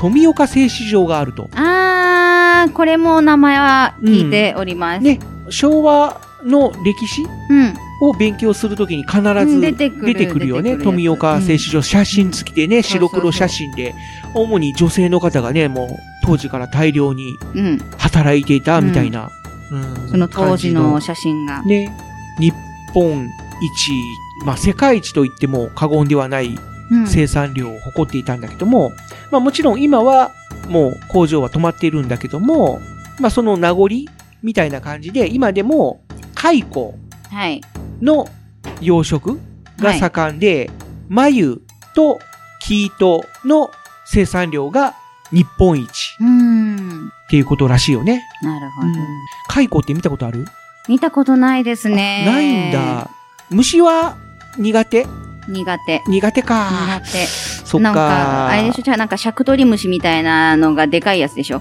S4: 富岡製糸場があると。
S2: あー、これも名前は聞いております。
S4: ね、昭和の歴史
S2: うん。
S4: を勉強するときに必
S2: うん
S4: ず
S2: 出てくる
S4: 出てくるよね。
S2: 出てくるやつ
S4: 富岡製糸場、写真付きでね、白黒写真で、主に女性の方がね、もう当時から大量に
S2: うん。
S4: 働いていたみたいな。うん
S2: その当時の
S4: 感
S2: 写真が。
S4: じのね、日本一、まあ世界一と言っても過言ではない
S2: うん
S4: 生産量を誇っていたんだけども、まあもちろん今はもう工場は止まっているんだけども、まあその名残みたいな感じで、今でも蚕
S2: はい。
S4: の養殖が盛んで、眉と生糸の生産量が日本一
S2: うーん。
S4: っていうことらしいよね。
S2: なるほど。
S4: 蚕って見たことある、
S2: 見たことないですね。
S4: ないん。だ。虫は苦手
S2: 苦手。
S4: 苦手か
S2: 苦。手。
S4: そっ
S2: なん
S4: か。
S2: か、あれでしょじゃあなんか、シャクトリムシみたいなのがでかいやつでしょ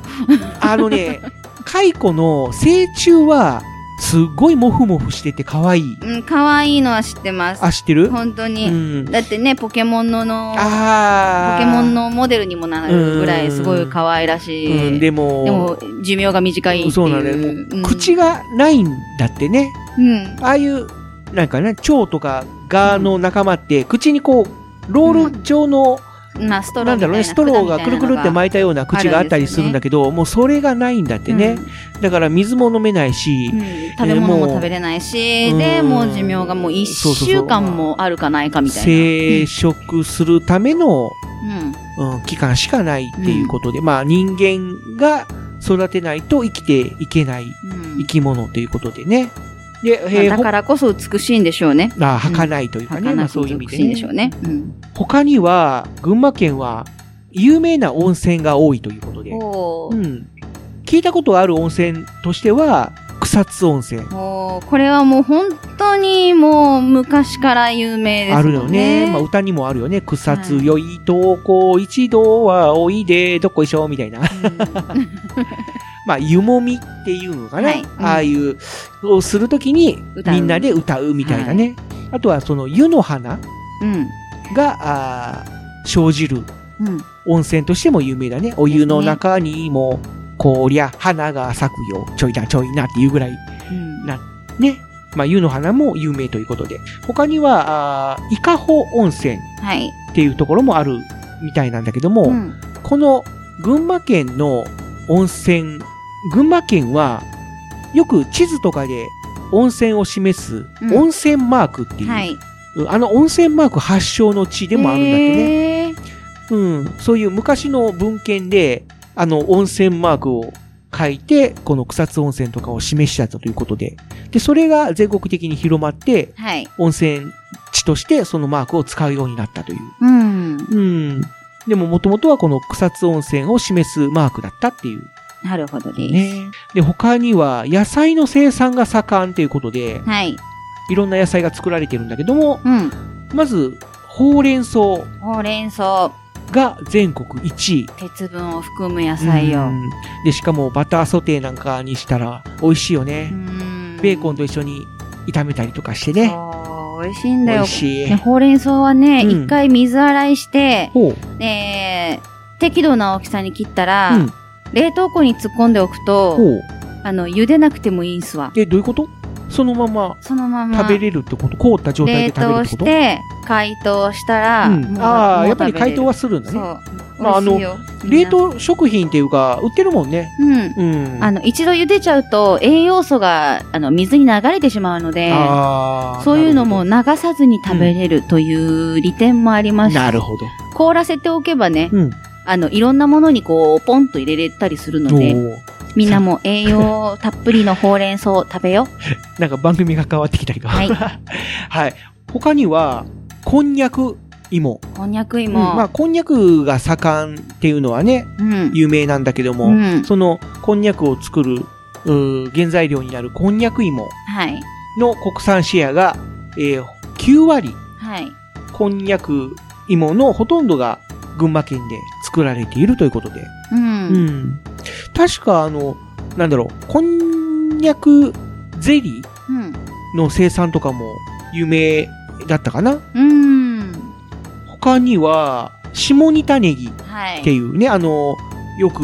S4: あのね、蚕の成虫は、すっごいモフモフしてて可愛い。
S2: うん、可愛いのは知ってます。
S4: あ、知ってる
S2: 本当
S4: う
S2: に。
S4: ん。
S2: だってね、ポケモンのの、
S4: あ
S2: ポケ
S4: ー
S2: モンのモデルにもなるぐらい、すごい可愛らしい。
S4: うん、
S2: で
S4: でも、
S2: も、寿命が短いっていう。
S4: そうなんだよ。もう
S2: うん
S4: 口。がないんだってね。
S2: うん。
S4: ああいう、なんかね、蝶とかガの仲間って、口にこう、ロール状の、
S2: まあ、ストロ
S4: な
S2: ー
S4: ん
S2: みたい
S4: だろう
S2: な
S4: ね、ストローが
S2: 管
S4: くる
S2: みた
S4: く
S2: いな
S4: る
S2: のが
S4: って巻いたような口があったりするんだけど、もうそれがないんだってね。だから水も飲めないし
S2: うん。う、ん食べ物
S4: も
S2: も
S4: う
S2: 食べれないし、
S4: う
S2: で、
S4: ん
S2: もう寿命がもう一
S4: そうそうそう
S2: 週間もあるかないかみたい
S4: 生殖するための、
S2: な。うん。
S4: うん、期間しかないっていうことで、まあ人間が育てないと生きていけない
S2: うん
S4: 生き物ということでね。で、
S2: まあ
S4: えー
S2: だからこそ美しいんでしょうね。
S4: ほあ儚いというかね、ま
S2: 儚
S4: あそ
S2: く
S4: ういう意味
S2: 美
S4: で、
S2: しいんでしょうね。うん
S4: 他には、群馬県は有名な温泉が多いということで、
S2: お
S4: う
S2: ー
S4: ん、聞いたことある温泉としては、草津温泉。
S2: おーこれはもう本当にもう昔から有名です
S4: ある
S2: も
S4: よ
S2: んね。
S4: ね。まあ、歌にもあるよね。草津
S2: はい
S4: よいとこ一度はおいで、どこいしょみたいな。 まあ、湯もみっていうのかな、
S2: はいうん
S4: ああいう、をするときに、
S2: 歌う
S4: みんなで歌うみたいなね。あとは、その湯の花
S2: うん。
S4: が、あー生じる
S2: うん。うん
S4: 温泉としても有名だね。お湯の中にも、こりゃ、花が咲くよ。ちょいな、ちょいなっていうぐらい、
S2: うん
S4: ね。まあ、湯の花も有名ということで。他には、あー伊香保温泉
S2: はい。
S4: っていうところもあるみたいなんだけども、
S2: うん
S4: この群馬県の温泉、群馬県は、よく地図とかで温泉を示す
S2: うん
S4: 温泉マークっていう、
S2: はい。
S4: あの温泉マーク発祥の地でもあるんだってね。
S2: ね。
S4: うん、そういう昔の文献で、あの温泉マークを書いて、この草津温泉とかを示しちゃったということで、で、それが全国的に広まって、
S2: はい。
S4: 温泉地としてそのマークを使うようになったという。
S2: うん。
S4: うん。でも元々はこの草津温泉を示すマークだったっていう。
S2: なるほどです。
S4: ね。で、他には野菜の生産が盛んということで、
S2: はい。
S4: いろんな野菜が作られてるんだけども、
S2: うん。
S4: まず、ほうれん草
S2: ほうれん草、
S4: が全国1位。
S2: 鉄分を含む野菜
S4: う
S2: よ。
S4: んで、しかもバターソテーなんかにしたら美味しいよね。ベーコンと一緒に炒めたりとかしてね。
S2: ね。美味しいん
S4: 美
S2: だよ
S4: 味。しい
S2: ね。ほうれん草はね、
S4: うん
S2: 一、回水洗いして、
S4: ほう。
S2: えー、適度な大きさに切ったら、
S4: うん。
S2: 冷凍庫に突っ込んでおくと、
S4: ほう。
S2: あの、茹でなくてもいいんすわ。
S4: え、どういうことそのまま
S2: そのまま。
S4: 食べれるってこと凍った状態で
S2: 冷
S4: 食べるっ
S2: 凍
S4: てこ
S2: し
S4: と
S2: て、解凍したら、
S4: うん、ああ、やっぱり解凍
S2: は
S4: はするんだ
S2: そ
S4: ね。
S2: う。
S4: まあ
S2: 美味しいよみん
S4: 冷
S2: な
S4: 凍食品っていうか、売ってるもんね。
S2: うん。
S4: うん。
S2: あの、一度茹でちゃうと、栄養素が、あの、水に流れてしまうので、
S4: あー
S2: そういうのも流さずに食べれるという利点もありますし、
S4: なるほど。
S2: 凍らせておけばね、
S4: うん。
S2: あの、いろんなものにこう、ポンと入れれたりするの
S4: お
S2: で、
S4: ー
S2: みんなも栄養たっぷりのほうれん草を食べよう。
S4: なんか番組が変わってきたりとか。
S2: はい
S4: はい。他には、こんにゃく芋。
S2: こんにゃく
S4: うん
S2: 芋。
S4: まあ、こんにゃくが盛んっていうのはね、
S2: うん。
S4: 有名なんだけど
S2: う
S4: も、
S2: ん。
S4: その、こんにゃくを作る、うー原材料になるこんにゃく芋
S2: はい。
S4: の国産シェアが、えー9割
S2: はい。
S4: こんにゃく芋のほとんどが群馬県で作られているということで。
S2: うん。
S4: うん。確かあの、なんだろう、こんにゃくゼリー
S2: うん。
S4: の生産とかも有名だったかな
S2: うん。
S4: 他には、下仁田ネギっ
S2: はい。
S4: ていうね、あの、よく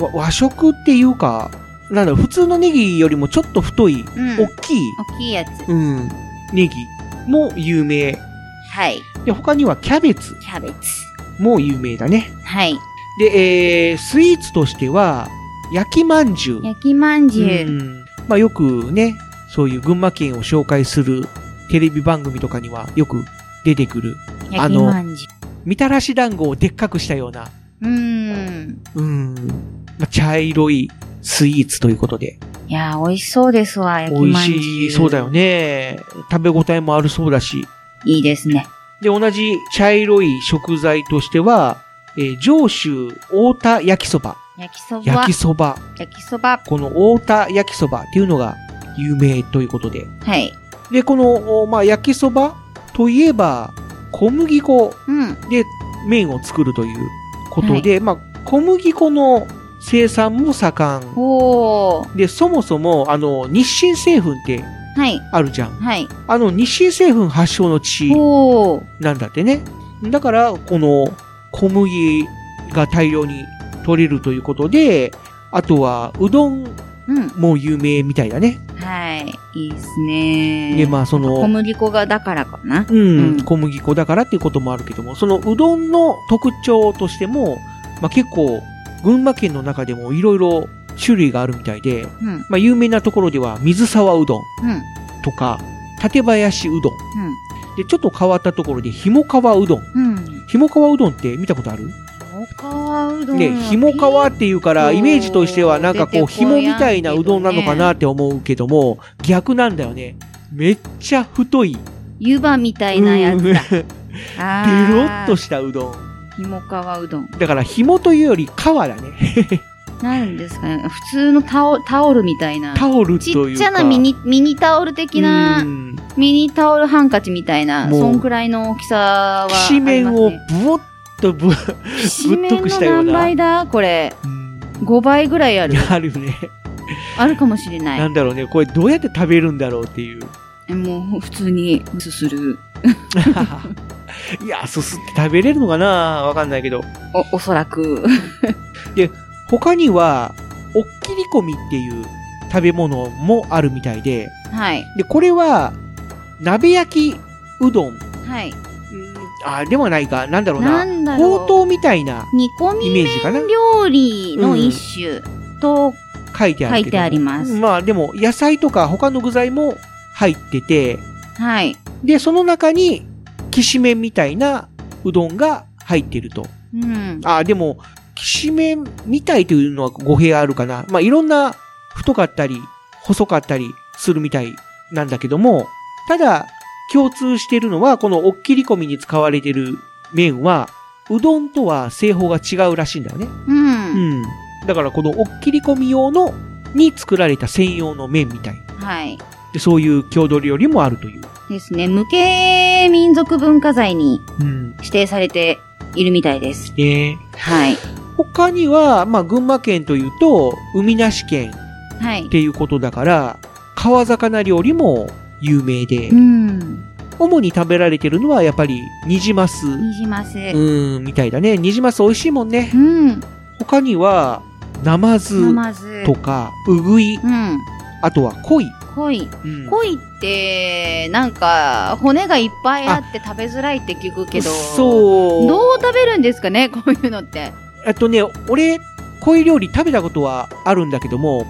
S4: わ和食っていうか、なんだろう、普通のネギよりもちょっと太い、
S2: うん
S4: 大きい、
S2: 大きいやつ。
S4: うん、ネギも有名。
S2: はい。
S4: で、他にはキャベツ
S2: キャベツ。
S4: も有名だね。
S2: はい。
S4: で、えースイーツとしては、焼きまんじゅう。
S2: 焼きまんじゅ
S4: う
S2: う。
S4: んまあよくね、そういう群馬県を紹介するテレビ番組とかにはよく出てくる、あ
S2: 焼き
S4: の
S2: まんじゅ
S4: みたらし団子をでっかくしたような、
S2: う。うん。
S4: うん、まあ茶色いスイーツということで、
S2: いやー、美味しそうですわ、焼き
S4: 美味
S2: まんじゅう。
S4: しそうだよ。ね。食べ応えもあるそうだし。
S2: いいですね。
S4: で、同じ茶色い食材としては、えー上州太田焼きそば。
S2: 焼きそば。
S4: 焼きそば。
S2: 焼きそば。
S4: この太田焼きそばっていうのが有名ということで。
S2: はい。
S4: で、この、おまあ、焼きそばといえば、小麦粉
S2: うん。
S4: で麺を作るということで、まあ、小麦粉の生産も盛ん。
S2: おー。
S4: で、そもそも、あの、日清製粉って
S2: はい。
S4: あるじゃん。
S2: はい。
S4: あの、日清製粉発祥の地
S2: おー。
S4: なんだってね。だから、この小麦が大量に取れるということで、あとは、うどん
S2: うん。
S4: も有名みたいだね。
S2: はい。いいですね。
S4: で、まあ、その、
S2: 小麦粉がだからかな。
S4: うん、
S2: うん
S4: 小麦粉だからっていうこともあるけども、そのうどんの特徴としても、まあ、結構、群馬県の中でもいろいろ種類があるみたいで、
S2: うん。うん。
S4: まあ、有名なところでは水沢うど
S2: う
S4: ん
S2: ん。
S4: とか、館林うどん。で、ちょっと変わったところで、ひもかわうどん。
S2: うん。
S4: ひもかわうどんって見たことある
S2: おかわうどん。
S4: ね、ひもかわっていうから、イメージとしてはなんかこう、
S2: 出てこ
S4: ひ
S2: やん
S4: もみたいなうどんなのかなって思うけども、逆なんだよね。めっちゃ太い。
S2: 湯葉みたいな やつだ。あ
S4: ペ
S2: ー
S4: ロッとしたうどん。
S2: ひもかわうどん。
S4: だから紐というより皮だね。
S2: なんですかね。普通のタオタオルみたいな。
S4: タオルと
S2: ち
S4: いうか。
S2: っちゃなミニ、ミニタオル的な
S4: う、ん
S2: ミニタオルハンカチみたいな、
S4: もう
S2: そんくらいの大きさはあ
S4: きしめ
S2: りま
S4: ん
S2: す
S4: を
S2: ね。
S4: ぶわっとぶわ、
S2: きしめん
S4: ぶっとくしたような
S2: の何倍だこれ。
S4: うん
S2: 5倍ぐらいある。
S4: あるね。
S2: あるかもしれな。
S4: ないんだろうね。これどうやって食べるんだろうっていう。
S2: もう普通にすする。
S4: いや、すすって食べれるのかなわかんないけど。
S2: お、おそら く。
S4: 他には、おっきりこみっていう食べ物もあるみたいで、
S2: はい。
S4: で、これは、鍋焼きうどん。うん
S2: はい。
S4: あ、ではないか。なんだろう
S2: な
S4: な。
S2: んだ
S4: ほう
S2: ろ
S4: とうみたいな
S2: う。煮込
S4: イ
S2: み
S4: メージかな。
S2: 料理の一種と
S4: 書いてあ
S2: 書
S4: る
S2: い
S4: けど
S2: て
S4: も
S2: あります。
S4: まあでも野菜とか他の具材も入ってて、
S2: はい。
S4: で、その中に、きしめんみたいなうどんが入ってると。
S2: うん。
S4: あ、でも、き節目みたいというのは語弊あるかな。まあ、いろんな太かったり、細かったりするみたいなんだけども、ただ、共通してるのは、このおっきり込みに使われてる麺は、うどんとは製法が違うらしいんだよね。
S2: うん、
S4: うん。だからこのおっきり込み用の、に作られた専用の麺みたい。
S2: はい。
S4: で、そういう郷土料理もあるという。
S2: ですね。無形民族文化財に
S4: うん。
S2: 指定されているみたいです。
S4: ね
S2: はい。
S4: 他には、まあ、群馬県というと、海なし県
S2: はい
S4: っ。ていうことだから、川魚料理も有名で
S2: う、ん。
S4: 主に食べられてるのはやっぱりニジマス、う
S2: にじます。
S4: ーん、みたいだね。ニジマス美味しいもんね
S2: う。ん。
S4: 他には、ナマズ
S2: まず。
S4: とか、ウグイ、
S2: うん。
S4: あとはコイ。
S2: 恋。
S4: うん
S2: 恋って、なんか、骨がいっぱいあって食べづらいって聞くけど。
S4: そう。
S2: どう食べるんですかね、 こういうのって。
S4: えっとね、俺、コイ料理食べたことはあるんだけども、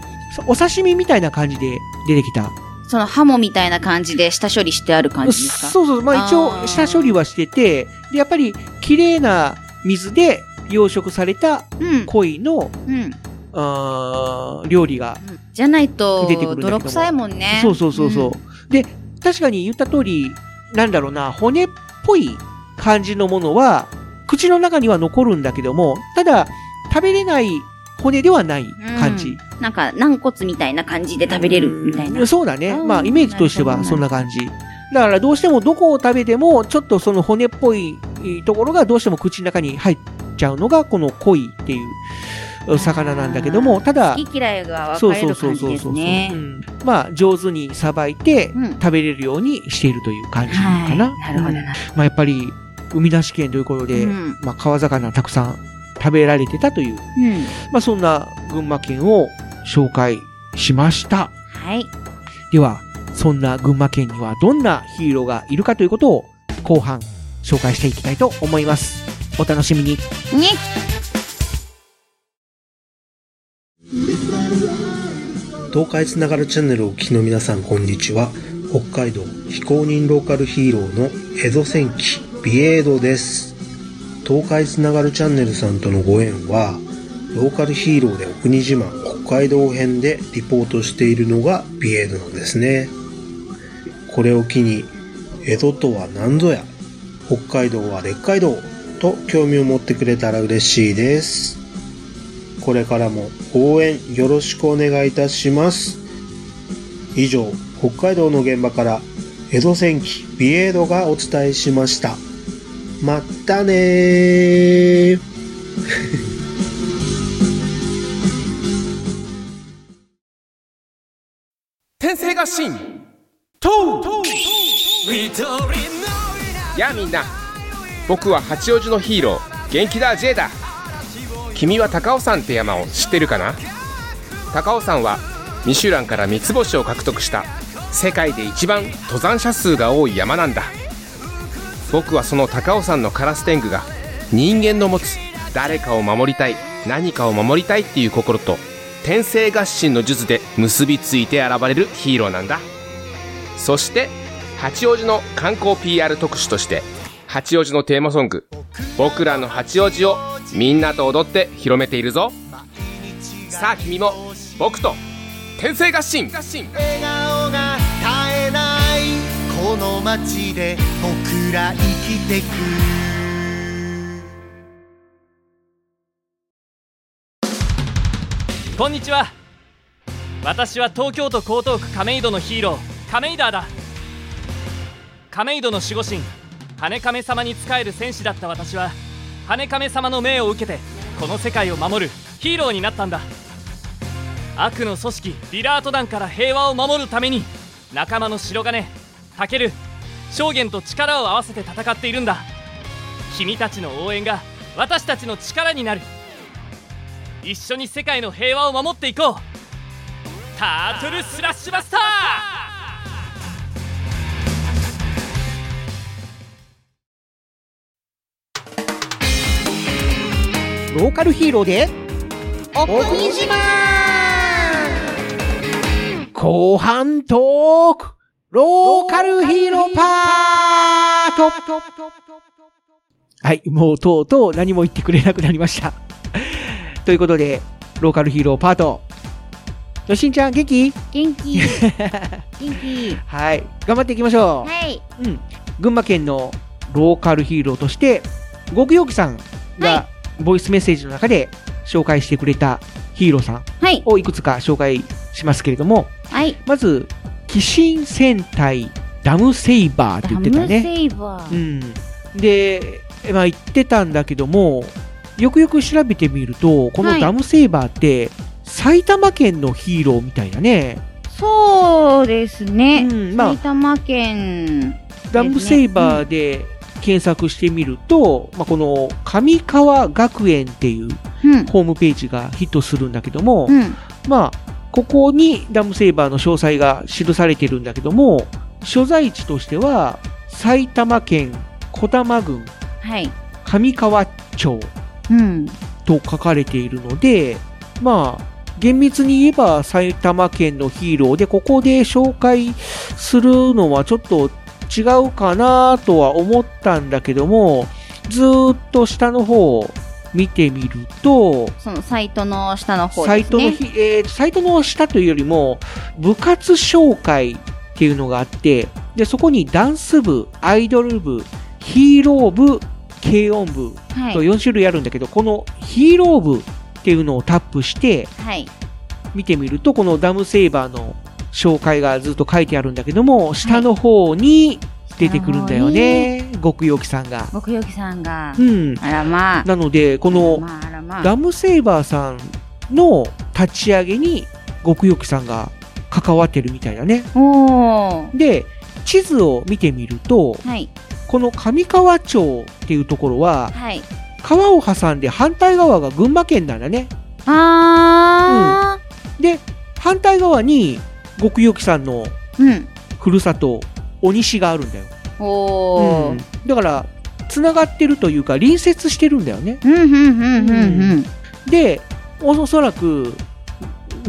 S4: お刺身みたいな感じで出てきた。
S2: そのハモみたいな感じで下処理してある感じですか
S4: そうそう、まあ一
S2: あ
S4: 応
S2: ー
S4: 下処理はしてて、でやっぱり綺麗な水で養殖された
S2: うん。
S4: コイの、
S2: うん。
S4: あー料理が。
S2: じゃないと
S4: 出てくるんだけども
S2: 泥臭いもんね。
S4: そうそうそうそう、で、確かに言った通り、なんだろうな、骨っぽい感じのものは、口の中には残るんだけども、ただ、食べれない骨ではない感じ。
S2: うんなんか軟骨みたいな感じで食べれるみたいな。
S4: うんそうだね。
S2: うん
S4: まあ、イメージとしてはそんな感じ。だからどうしてもどこを食べても、ちょっとその骨っぽいところがどうしても口の中に入っちゃうのが、このコイっていう魚なんだけども、ただ、
S2: 好き嫌いが分
S4: そう
S2: かれ
S4: そう
S2: る
S4: そう
S2: 感じ
S4: そう
S2: で
S4: そ
S2: す
S4: う、う
S2: ね。
S4: んまあ、上手にさばいて
S2: うん
S4: 食べれるようにしているという感じ
S2: は
S4: か
S2: い。
S4: な。
S2: なるほど
S4: うん
S2: な。
S4: まあ、やっぱり、海なし県ということで、
S2: うん
S4: まあ、川魚たくさん食べられてたという、
S2: うん。
S4: まあ、そんな群馬県を紹介しました。
S2: はい。
S4: では、そんな群馬県にはどんなヒーローがいるかということを後半紹介していきたいと思います。お楽しみに。
S2: ね。
S8: 東海つながるチャンネルをお聞きの皆さんこんにちは北海道非公認ローカルヒーローの江戸戦記ビエードです東海つながるチャンネルさんとのご縁はローカルヒーローでお国自慢北海道編でリポートしているのがビエードなんですねこれを機に江戸とは何ぞや北海道は列海道と興味を持ってくれたら嬉しいですこれからも応援よろしくお願いいたします。以上、北海道の現場から江戸戦記ビエードがお伝えしました。まったねー。
S9: 天性合心とやあみんな僕は八王子のヒーロー元気だ J だ君は高尾山って山を知ってるかな高尾山はミシュランから三つ星を獲得した世界で一番登山者数が多い山なんだ僕はその高尾山のカラス天狗が人間の持つ誰かを守りたい何かを守りたいっていう心と天性合心の術で結びついて現れるヒーローなんだそして八王子の観光 PR 特集として八王子のテーマソング「僕らの八王子」をみんなと踊って広めているぞさあ君も僕と天性合心
S10: 笑顔が絶えないこの街で僕ら生きてく
S11: こんにちは私は東京都江東区亀戸のヒーロー亀戸だ亀戸の守護神羽亀様に仕える戦士だった私は羽亀様の命を受けてこの世界を守るヒーローになったんだ悪の組織リラート団から平和を守るために仲間の白金タケル証言と力を合わせて戦っているんだ君たちの応援が私たちの力になる一緒に世界の平和を守っていこうタートルスラッシュバスター
S4: ローカルヒーローで、
S3: お国自
S4: 後半トークローカルヒーローパートはい、もうとうとう何も言ってくれなくなりました。 ということで、ローカルヒーローパート。よしんちゃん、元気
S2: 元気元気
S4: はい。頑張っていきましょ
S2: はい、
S4: う。うん。群馬県のローカルヒーローとして、ごくよきさんが、ボイスメッセージの中で紹介してくれたヒーローさん
S2: はい、
S4: をいくつか紹介しますけれども、
S2: はい。
S4: まず、鬼神戦隊ダムセイバーって
S2: ダ
S4: 言っ
S2: ム
S4: てたね。
S2: セイバ
S4: う
S2: ー。
S4: ん、で、まあ、言ってたんだけども、よくよく調べてみると、こ
S2: は
S4: の
S2: い
S4: ダムセイバーって、埼玉県のヒーローみたいなね、
S2: そうですね。
S4: うんまあ
S2: 埼玉県。
S4: ダムセイバーで検索してみると、まあ、この上川学園っていう
S2: うん。
S4: ホームページがヒットするんだけども、
S2: うん。
S4: まあ、ここにダムセイバーの詳細が記されてるんだけども、所在地としては、埼玉県小玉郡
S2: はい。
S4: 上川町
S2: うん。
S4: と書かれているので、まあ、厳密に言えば埼玉県のヒーローで、ここで紹介するのはちょっと違うかなとは思ったんだけども、ずーっと下の方を見てみると、
S2: そのサイトの下の方
S4: サ
S2: で
S4: イ
S2: す
S4: トの
S2: ね。
S4: ひ、えーサイトの下というよりも、部活紹介っていうのがあって、で、そこにダンス部、アイドル部、ヒーロー部、軽音部
S2: は
S4: と
S2: い。
S4: 4種類あるんだけど、このヒーロー部っていうのをタップして
S2: はい。
S4: 見てみると、このダムセイバーの紹介がずっと書いてあるんだけども、下の方に出てくるんだよね、極陽気さんが。
S2: 木曜日さんが
S4: う。ん。
S2: あらまあ。
S4: なので、この
S2: まあ、あらまあ。
S4: ダムセイバーさんの立ち上げに極陽気さんが関わってるみたいだね。
S2: おー。
S4: で、地図を見てみると、
S2: はい。
S4: この上川町っていうところは、
S2: はい。
S4: 川を挟んで反対側が群馬県なんだね。
S2: あ
S4: で、反対側に極陽気さんの
S2: ー。うん。
S4: ふるさと、鬼西があるんだよ。
S2: お
S4: うん
S2: ー。
S4: だから、つながってるというか、隣接してるんだよね。
S2: うん、うん、うん、うん、うん。
S4: で、おそらく、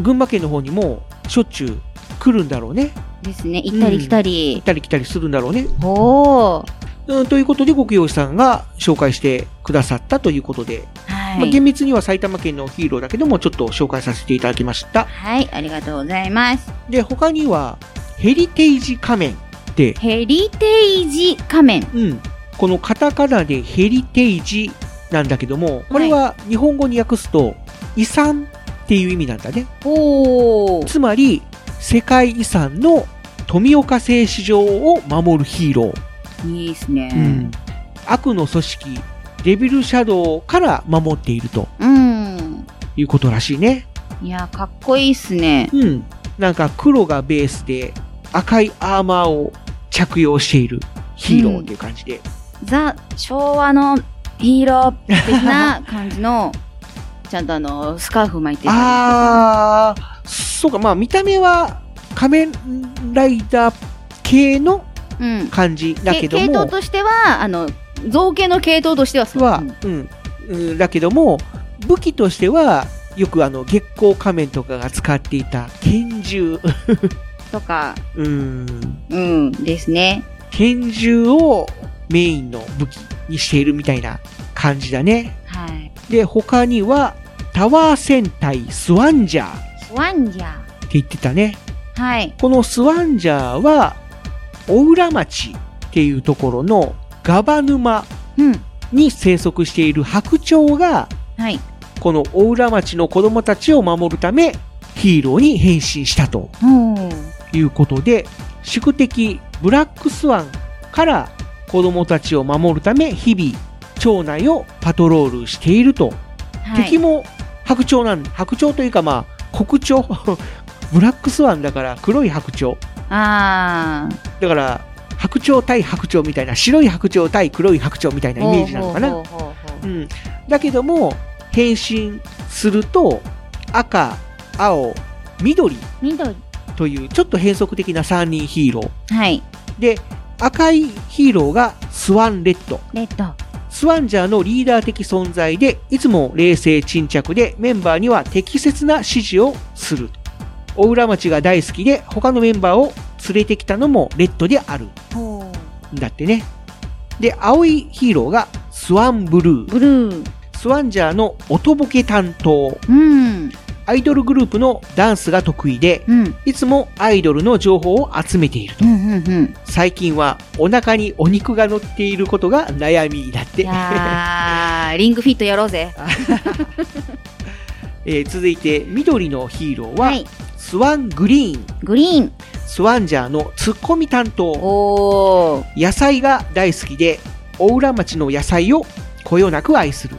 S4: 群馬県の方にも、しょっちゅう来るんだろうね。
S2: ですね。行ったり来た
S4: 行
S2: り
S4: っ。たり来たりするんだろうね。
S2: おー。
S4: うん、ということで、極陽さんが紹介してくださったということで、ま
S2: は
S4: あ
S2: い。
S4: 厳密には埼玉県のヒーローだけども、ちょっと紹介させていただきました。
S2: はい、ありがとうございます。
S4: で、他には、ヘリテージ仮面って、
S2: ヘリテージ仮面。
S4: うん、このカタカナでヘリテージなんだけども、これは日本語に訳すと遺産っていう意味なんだね。
S2: おー。
S4: つまり、世界遺産の富岡製糸場を守るヒーロー。
S2: いいですね。
S4: 悪の組織、デビルシャドウから守っていると
S2: うん。
S4: いうことらしいね。
S2: いや、かっこいいっすね。
S4: うん。なんか黒がベースで赤いアーマーを着用しているヒーローっていう感じで。
S2: ザ・昭和のヒーロー的な感じの、 ちゃんとあの、スカーフ巻いてる。
S4: あー、そうか、まあ見た目は仮面ライダー系の
S2: うん。
S4: 感じだけど
S2: 系統
S4: も、
S2: としては、あの、造形の系統としてはそう
S4: は
S2: う、ん
S4: うん、うんだけども、武器としては、よくあの月光仮面とかが使っていた拳銃、
S2: とか、
S4: うん、
S2: うん、ですね。
S4: 拳銃をメインの武器にしているみたいな感じだね。
S2: はい。
S4: で、他には、タワー戦隊スワンジャーって
S2: スワンジャー。
S4: 言ってたね。
S2: はい。
S4: このスワンジャーは、大浦町っていうところのガバ沼
S2: うん。
S4: に生息している白鳥が、
S2: はい。
S4: この大浦町の子供たちを守るため、ヒーローに変身したと
S2: うん。
S4: いうことで、宿敵ブラックスワンから子供たちを守るため、日々、町内をパトロールしていると。
S2: は
S4: 敵
S2: い。
S4: も白鳥なん、白鳥というかまあ、黒鳥 ブラックスワンだから黒い白鳥。
S2: あ
S4: だから白鳥対白鳥みたいな白い白鳥対黒い白鳥みたい
S2: ー。
S4: なイメージなのか
S2: ほ
S4: な
S2: う、ほうほうほう
S4: うん、だけども変身すると赤青緑
S2: 緑。
S4: というちょっと変則的な3人ヒーロー
S2: はい。
S4: で赤いヒーローがスワンレッド
S2: レッド。
S4: スワンジャーのリーダー的存在でいつも冷静沈着でメンバーには適切な指示をする大浦町が大好きで他のメンバーを連れてきたのもレッドである
S2: ほう
S4: だってね。で、青いヒーローがスワンブルー。
S2: ブルー。
S4: ススワンジャーの音ボケ担当、アイドルグループのダンスが得意で、いつもアイドルの情報を集めていると、最近はお腹にお肉が乗っていることが悩みだって
S2: いやーリングフィットやろう ぜ。
S4: えー続いて緑のヒーローは、スワングリーン
S2: グリーン
S4: スワンジャーのツッコミ担当
S2: お
S4: 野菜が大好きで大浦町の野菜をこよなく愛する、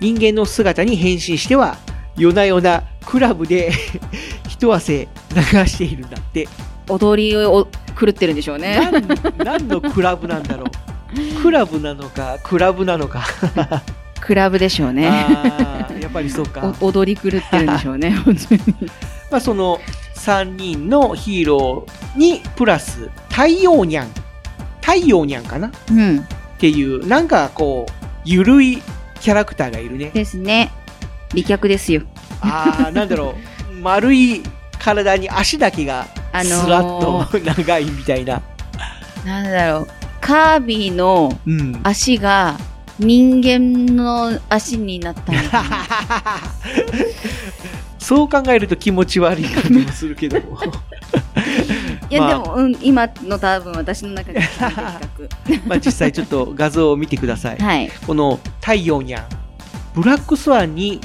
S4: 人間の姿に変身しては夜な夜なクラブで 一汗流しているんだって
S2: 踊りを狂ってるんでしょうね。
S4: 何のクラブなんだろ うクラブなのかクラブなのか
S2: クラブでしょうね。
S4: あーやっぱりそうか
S2: お踊り狂ってるんでしょう ね。
S4: まあ、その3人のヒーローにプラス太陽にゃん太陽にゃんかなっ
S2: うん。
S4: ていうなんかこうゆるいキャラクターがいるね
S2: ですね。美脚ですよ。
S4: あーなんだろ う丸い体に足だけが
S2: あのー
S4: スラッと長いみたいな、
S2: なんだろう。カービィの
S4: うん、
S2: 足が人間の足になったのかな
S4: そう考えると気持ち悪い感じもするけ ど
S2: いや、
S4: まあ
S2: でも、うん、今の多分私の中で
S4: まあ実際ちょっと画像を見てください、
S2: はい
S4: この太陽にゃんブラックスワンに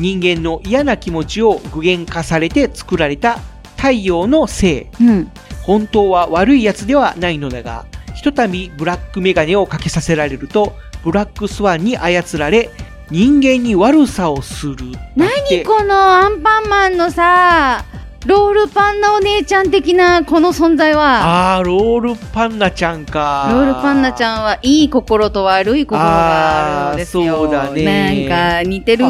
S4: 人間の嫌な気持ちを具現化されて作られた太陽の性
S2: うん
S4: 本当は悪いやつではないのだがひとたびブラックメガネをかけさせられるとブラックスワンに操られ人間に悪さをする
S2: 何このアンパンマンのさロールパンナお姉ちゃん的なこの存在は
S4: あーロールパンナちゃん
S2: ロ
S4: か
S2: ールパンナちゃんはいい心と悪い心があるんですよ
S4: あーそうだね
S2: なんか似てる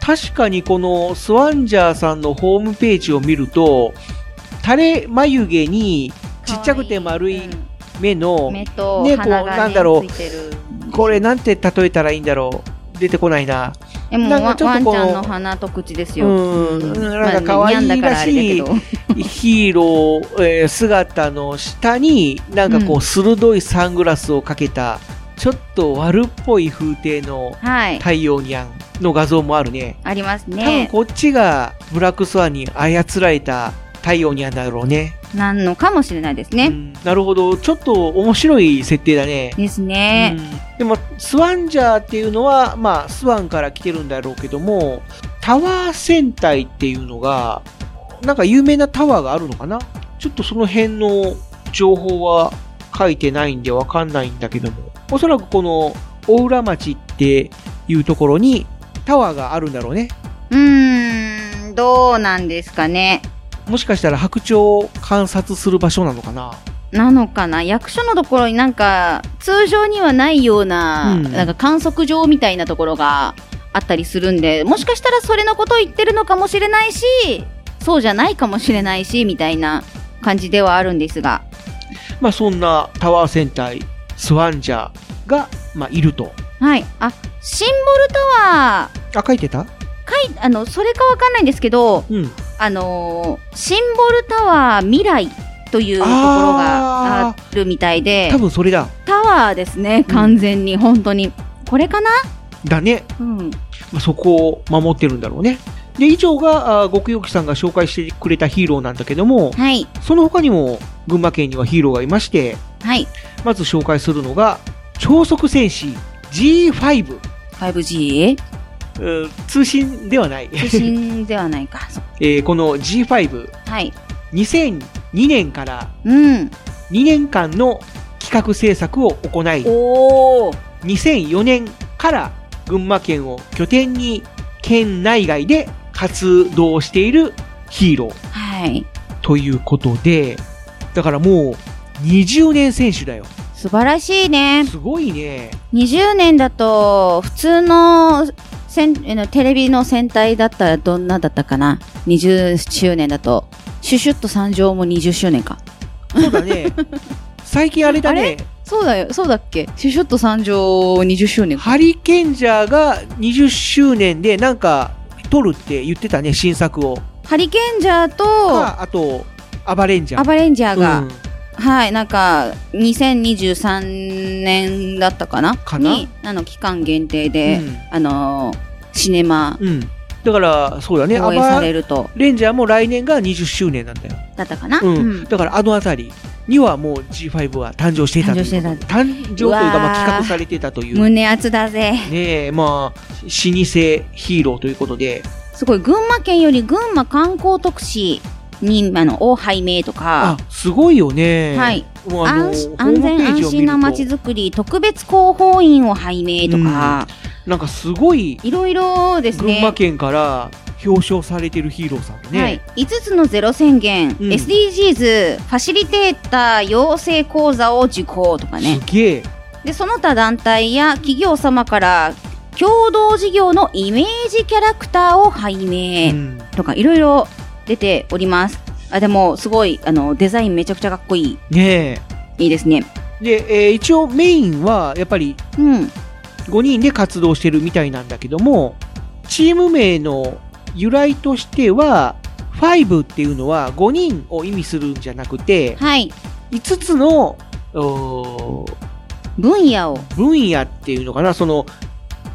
S4: 確かにこのスワンジャーさんのホームページを見ると垂れ眉毛にちっちゃくて丸い目の
S2: 目と
S4: ねこう
S2: 鼻が、ね
S4: なんだろ
S2: ついてる
S4: うこれなんて例えたらいいんだろう出てこないな
S2: でも
S4: なん
S2: ワ
S4: か
S2: ン
S4: ちょっ
S2: ワン
S4: と
S2: ち
S4: こう
S2: ゃんの鼻と口ですよ
S4: うんなんか可
S2: まあ
S4: 愛
S2: ニャン
S4: い
S2: だかららあれだ
S4: し
S2: け
S4: い
S2: ど
S4: ヒーロー、えー姿の下になんか
S2: う
S4: こうん鋭いサングラスをかけたちょっと悪っぽい風景の
S2: はい
S4: 太陽ニャンの画像もあるね
S2: あります
S4: 多分
S2: ね
S4: こっちがブラックスワンに操られた太陽ニャンだろうね
S2: なんのかもしれないですね
S4: なるほどちょっと面白い設定だね
S2: ですね
S4: でもスワンジャーっていうのはまあスワンから来てるんだろうけどもタワー戦隊っていうのがなんか有名なタワーがあるのかなちょっとその辺の情報は書いてないんでわかんないんだけどもおそらくこの大浦町っていうところにタワーがあるんだろうね
S2: うーんどうなんですかね
S4: もしかしたら白鳥を観察する場所なのかな
S2: なのかな役所のところになんか通常にはないような,、
S4: うん
S2: なんか観測場みたいなところがあったりするんでもしかしたらそれのことを言ってるのかもしれないしそうじゃないかもしれないしみたいな感じではあるんですが
S4: まあそんなタワー戦隊スワンジャーが、まあ、いると
S2: はいあシンボルタワー
S4: あ書いてた
S2: かいあのそれかわかんないんですけど、
S4: うん
S2: あのーシンボルタワー未来というところがあるみたいで
S4: 多分それだ
S2: タワーですね完全に、本当にこれかな
S4: だね、
S2: うん
S4: まあ、そこを守ってるんだろうねで以上があー極陽気さんが紹介してくれたヒーローなんだけども、
S2: はい
S4: その他にも群馬県にはヒーローがいまして
S2: はい
S4: まず紹介するのが超速戦士 G5
S2: 5G?
S4: うん通信ではない、
S2: 不審ではないか。そ
S4: えーこの G5
S2: はい。
S4: 2002年から
S2: うん。
S4: 2年間の企画制作を行い
S2: おお。
S4: 2004年から群馬県を拠点に県内外で活動しているヒーロー
S2: はい。
S4: ということでだからもう20年選手だよ
S2: 素晴らしいね。
S4: すごいね
S2: 20年だと、普通の、せんえのテレビの戦隊だったらどんなだったかな ?20 周年だと。シュシュッと参上も20周年か。
S4: そうだね最近あれだね
S2: そうだよ、そうだっけシュシュッと参上20周年
S4: ハリケンジャーが20周年でなんか撮るって言ってたね新作を
S2: ハリケンジャーと、
S4: あとアバレンジャー
S2: アバレンジャーが、
S4: うん
S2: はい、なんか2023年だったかな
S4: かな
S2: にあの期間限定で、
S4: うん
S2: あのーシネマ
S4: うん。だから、そうだね、
S2: 放
S4: ア
S2: 映さ
S4: バ
S2: れると
S4: レンジャーも来年が20周年なんだよ。
S2: だったかな、
S4: うん。
S2: うん
S4: だから、あのあたりにはもう G5 は誕生していたということ
S2: 誕生して
S4: 誕生というか、まあ、
S2: うわー
S4: 企画されてたという。ね
S2: 胸熱だぜ
S4: え、まあ、老舗ヒーローということで、
S2: すごい群馬県より群馬観光特使にあの王拝命と
S4: あ
S2: か、
S4: すごいよね。
S2: はい。
S4: もうあの
S2: 安
S4: ホー
S2: 安
S4: ムペ
S2: 全
S4: ー
S2: 安
S4: ジを見ると
S2: 心なまちづくり特別広報員を拝命とか、
S4: なんかすごい、
S2: いろいろですね
S4: 群馬県から表彰されてるヒーローさんもね。
S2: はい、5つのゼロ宣言、
S4: うん
S2: SDGs ファシリテーター養成講座を受講とかね
S4: すげえ。
S2: でその他団体や企業様から共同事業のイメージキャラクターを拝
S4: う
S2: 命
S4: ん
S2: とかいろいろ出ておりますあでもすごいあのデザインめちゃくちゃかっこいい
S4: ね
S2: いいですね
S4: え。で、えー一応メインは、やっぱり
S2: うん
S4: 5人で活動してるみたいなんだけども、チーム名の由来としては、5っていうのは5人を意味するんじゃなくて、
S2: はい
S4: 5つの、おー
S2: 分野を
S4: 分野っていうのかな、その、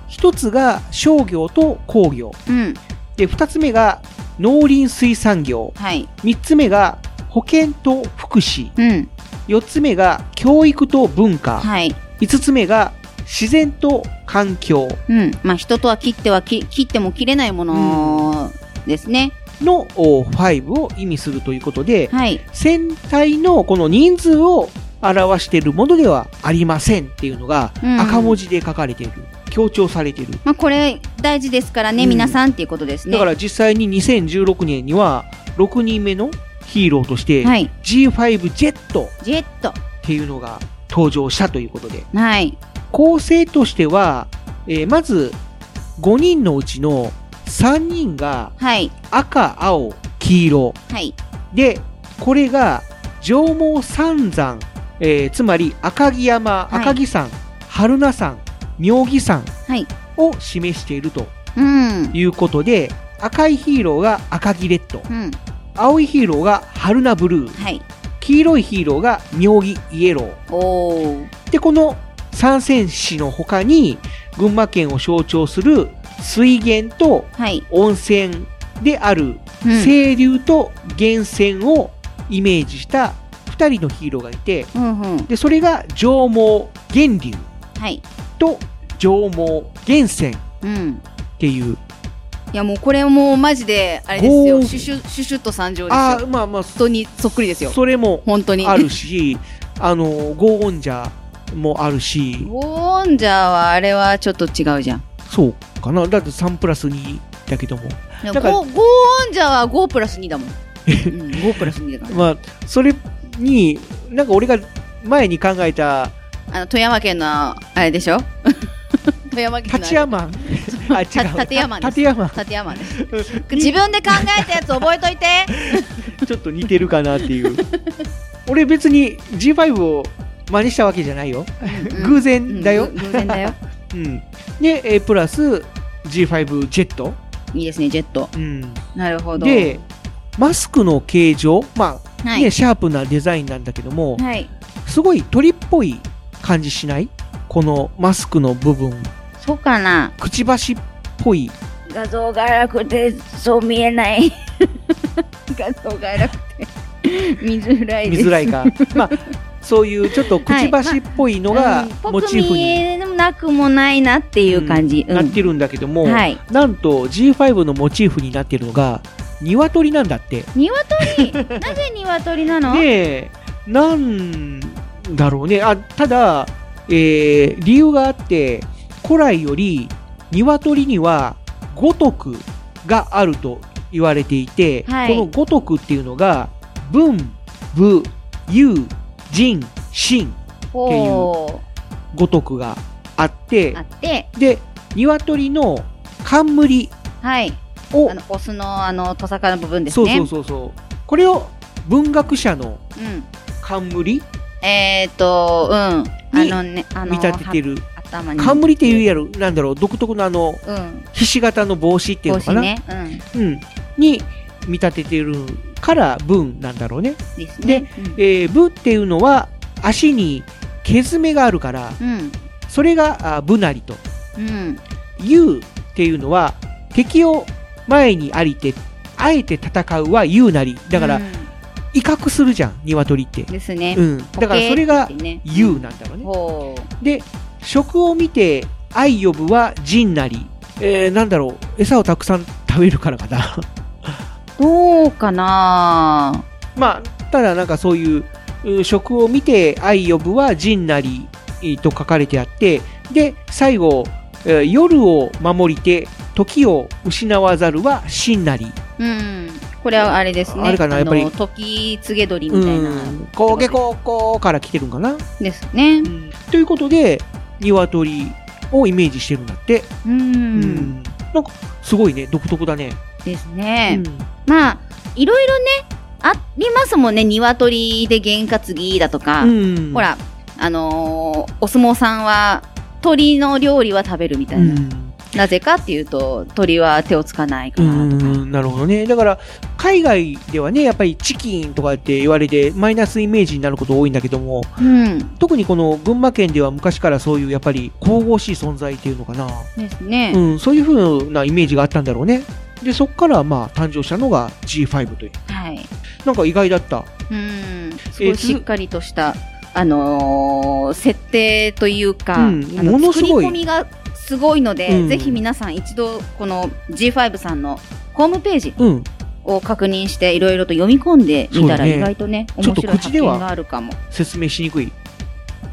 S4: 1つが商業と工業。
S2: うん
S4: で、2つ目が農林水産業。
S2: はい
S4: 3つ目が保健と福祉。
S2: うん
S4: 4つ目が教育と文化。
S2: はい
S4: 5つ目が自然と環境
S2: うんまあ人とは切ってはき切っても切れないものですね、
S4: のお5を意味するということで、
S2: はい
S4: 全体のこの人数を表しているものではありませんっていうのが
S2: うん
S4: 赤文字で書かれている。強調されている。
S2: まあ、これ大事ですからね、
S4: うん
S2: 皆さんっていうことですね。
S4: だから実際に2016年には6人目のヒーローとして
S2: はい、
S4: G5 ジェットっ
S2: ジェット、
S4: ていうのが登場したということで、
S2: はい、
S4: 構成としては、えーまず5人のうちの3人が
S2: はい、
S4: 赤、青、黄色。
S2: はい、
S4: で、これが上毛三山、えーつまり赤城山、
S2: はい
S4: 赤城山、春名山、妙義山
S2: はい
S4: を示していると
S2: うん、
S4: いうことで、赤いヒーローが赤城レッド、
S2: うん、
S4: 青いヒーローが春名ブルー、
S2: はい、
S4: 黄色いヒーローが妙義イエロー。
S2: おー、
S4: で、この三戦士の他に、群馬県を象徴する水源と
S2: はい、
S4: 温泉である
S2: うん、
S4: 清流と源泉をイメージした2人のヒーローがいて
S2: うん、うん、
S4: でそれが上毛源流
S2: はい、
S4: と上毛源泉っ
S2: うん。
S4: ていう
S2: いやもうこれもうマジであれです
S4: ゴ
S2: よ、
S4: ー
S2: シュシュシュシュッと参上ですよ。
S4: あ
S2: 本
S4: ーまあまあ
S2: 当にそっくりですよ。
S4: それも
S2: 本当に。
S4: あるしあのゴーオンジャもあるし
S2: ゴーンジャーはあれはちょっと違うじゃん。
S4: そうかなだって3プラス2だけども
S2: でも
S4: だから
S2: ゴーゴーンジャーは5プラス2だもん。うん、5プラス2だから。
S4: まあそれになんか俺が前に考えた
S2: あの富山県のあれでしょ富山県のあれ
S4: 立 山あ違う
S2: 立山です
S4: 立山
S2: 立山です自分で考えたやつ覚えとい て
S4: ちょっと似てるかなって いう。俺別に G5 を真似したわけじゃないよ。
S2: うん
S4: 偶然だよ
S2: うん。偶然だよ
S4: うん。で、えープラス G5 ジェット。
S2: いいですねジェット
S4: うん。
S2: なるほど
S4: で、マスクの形状、まあ、
S2: はい、
S4: ね、シャープなデザインなんだけども、
S2: はい、
S4: すごい鳥っぽい感じしないこのマスクの部分。
S2: そうかな
S4: くちばしっぽい。
S2: 画像が荒くてそう見えない 画像が荒くて見づらい
S4: 見
S2: です
S4: づら いか。まあ、そういうちょっとくちばしっぽいのが
S2: うん
S4: モチーフ
S2: ぽく見
S4: に
S2: えなくもないなっていう感じ、うん
S4: なってるんだけども、
S2: はい
S4: なんと G5 のモチーフになってるのが鶏なんだって。
S2: 鶏なぜ鶏なの、
S4: で、なんだろうね。あ、ただ、えー理由があって、古来より鶏には五徳があると言われていて、
S2: はい
S4: この五徳っていうのが、文、武、勇、仁、信、
S2: こ
S4: 五徳があっ
S2: う
S4: て
S2: あ、って
S4: で、鶏の冠
S2: はい
S4: を
S2: あのオスのあのトサカの部分です
S4: そう
S2: ね。
S4: そうそうそうこれを文学者の
S2: うん。
S4: 冠
S2: えっ、ー、と、うん。あ
S4: に
S2: のね、あの
S4: 見立ててる
S2: は頭に
S4: 冠っていうやるなんだろう独特のあの
S2: うん。
S4: ひし形の帽子ってい
S2: 帽
S4: うのか
S2: 子
S4: な、
S2: ね。うん。
S4: うん、に見立ててるから文なんだろうね。
S2: です
S4: で
S2: ね。
S4: えー、部っていうのは足にけずめがあるから、
S2: うん。
S4: それがあ部なりと。
S2: うん。
S4: 勇っていうのは敵を前にありて、あえて戦うは勇なり。だから
S2: うん
S4: 威嚇するじゃん、鶏って。
S2: ですね。
S4: うん。だからそれが
S2: ポケーって言ってね
S4: 勇なんだろうね。
S2: ほ
S4: で、食を見て愛呼ぶは人なり。えー、なんだろう、餌をたくさん食べるからかな。
S2: う。どうかな
S4: まあ、ただなんかそういう、うん食を見て愛呼ぶは人なりえーと書かれてあって、で、最後、えー夜を守りて、時を失わざるは真なり。
S2: うん。これはあれですね。
S4: あれかなやっぱり
S2: あの時告げ鳥
S4: う
S2: みたいな。
S4: ん。こうげこうこうから来てるんかな。
S2: ですね。
S4: ということで、鶏をイメージしてるんだって。
S2: うん。
S4: うんなんか、すごいね、独特だね。
S2: ですね。
S4: うん
S2: まあ、いろいろね、ありますもんね。鶏で験担ぎだとか。
S4: うん
S2: ほら、あのーお相撲さんは、鳥の料理は食べるみたいな。なぜかっていうと、鳥は手をつかないか
S4: う
S2: ら。
S4: ん、なるほどね。だから、海外ではね、やっぱりチキンとかって言われて、マイナスイメージになること多いんだけども、
S2: うん。
S4: 特にこの群馬県では昔からそういう、やっぱり神々しい存在っていうのかな。
S2: ですね。
S4: うん、そういうふうなイメージがあったんだろうね。で、そこから、まあ、誕生したのが G5 という。
S2: はい。
S4: なんか意外だった。
S2: うん。す
S4: え
S2: ご
S4: ー
S2: い
S4: つ
S2: しっかりとした、あのー設定というか、
S4: うん
S2: あの
S4: ものす
S2: 作
S4: ごい
S2: り込みがすごいので、
S4: うん
S2: ぜひ皆さん一度、この G5 さんのホームページ
S4: うん。
S2: を確認して、いろいろと読み込んでみたら、
S4: そうだね
S2: 意外とね、
S4: ちょっ
S2: 面
S4: と
S2: 白い
S4: 口
S2: 発
S4: で
S2: 見
S4: は
S2: があるかも。
S4: 説明しにくい。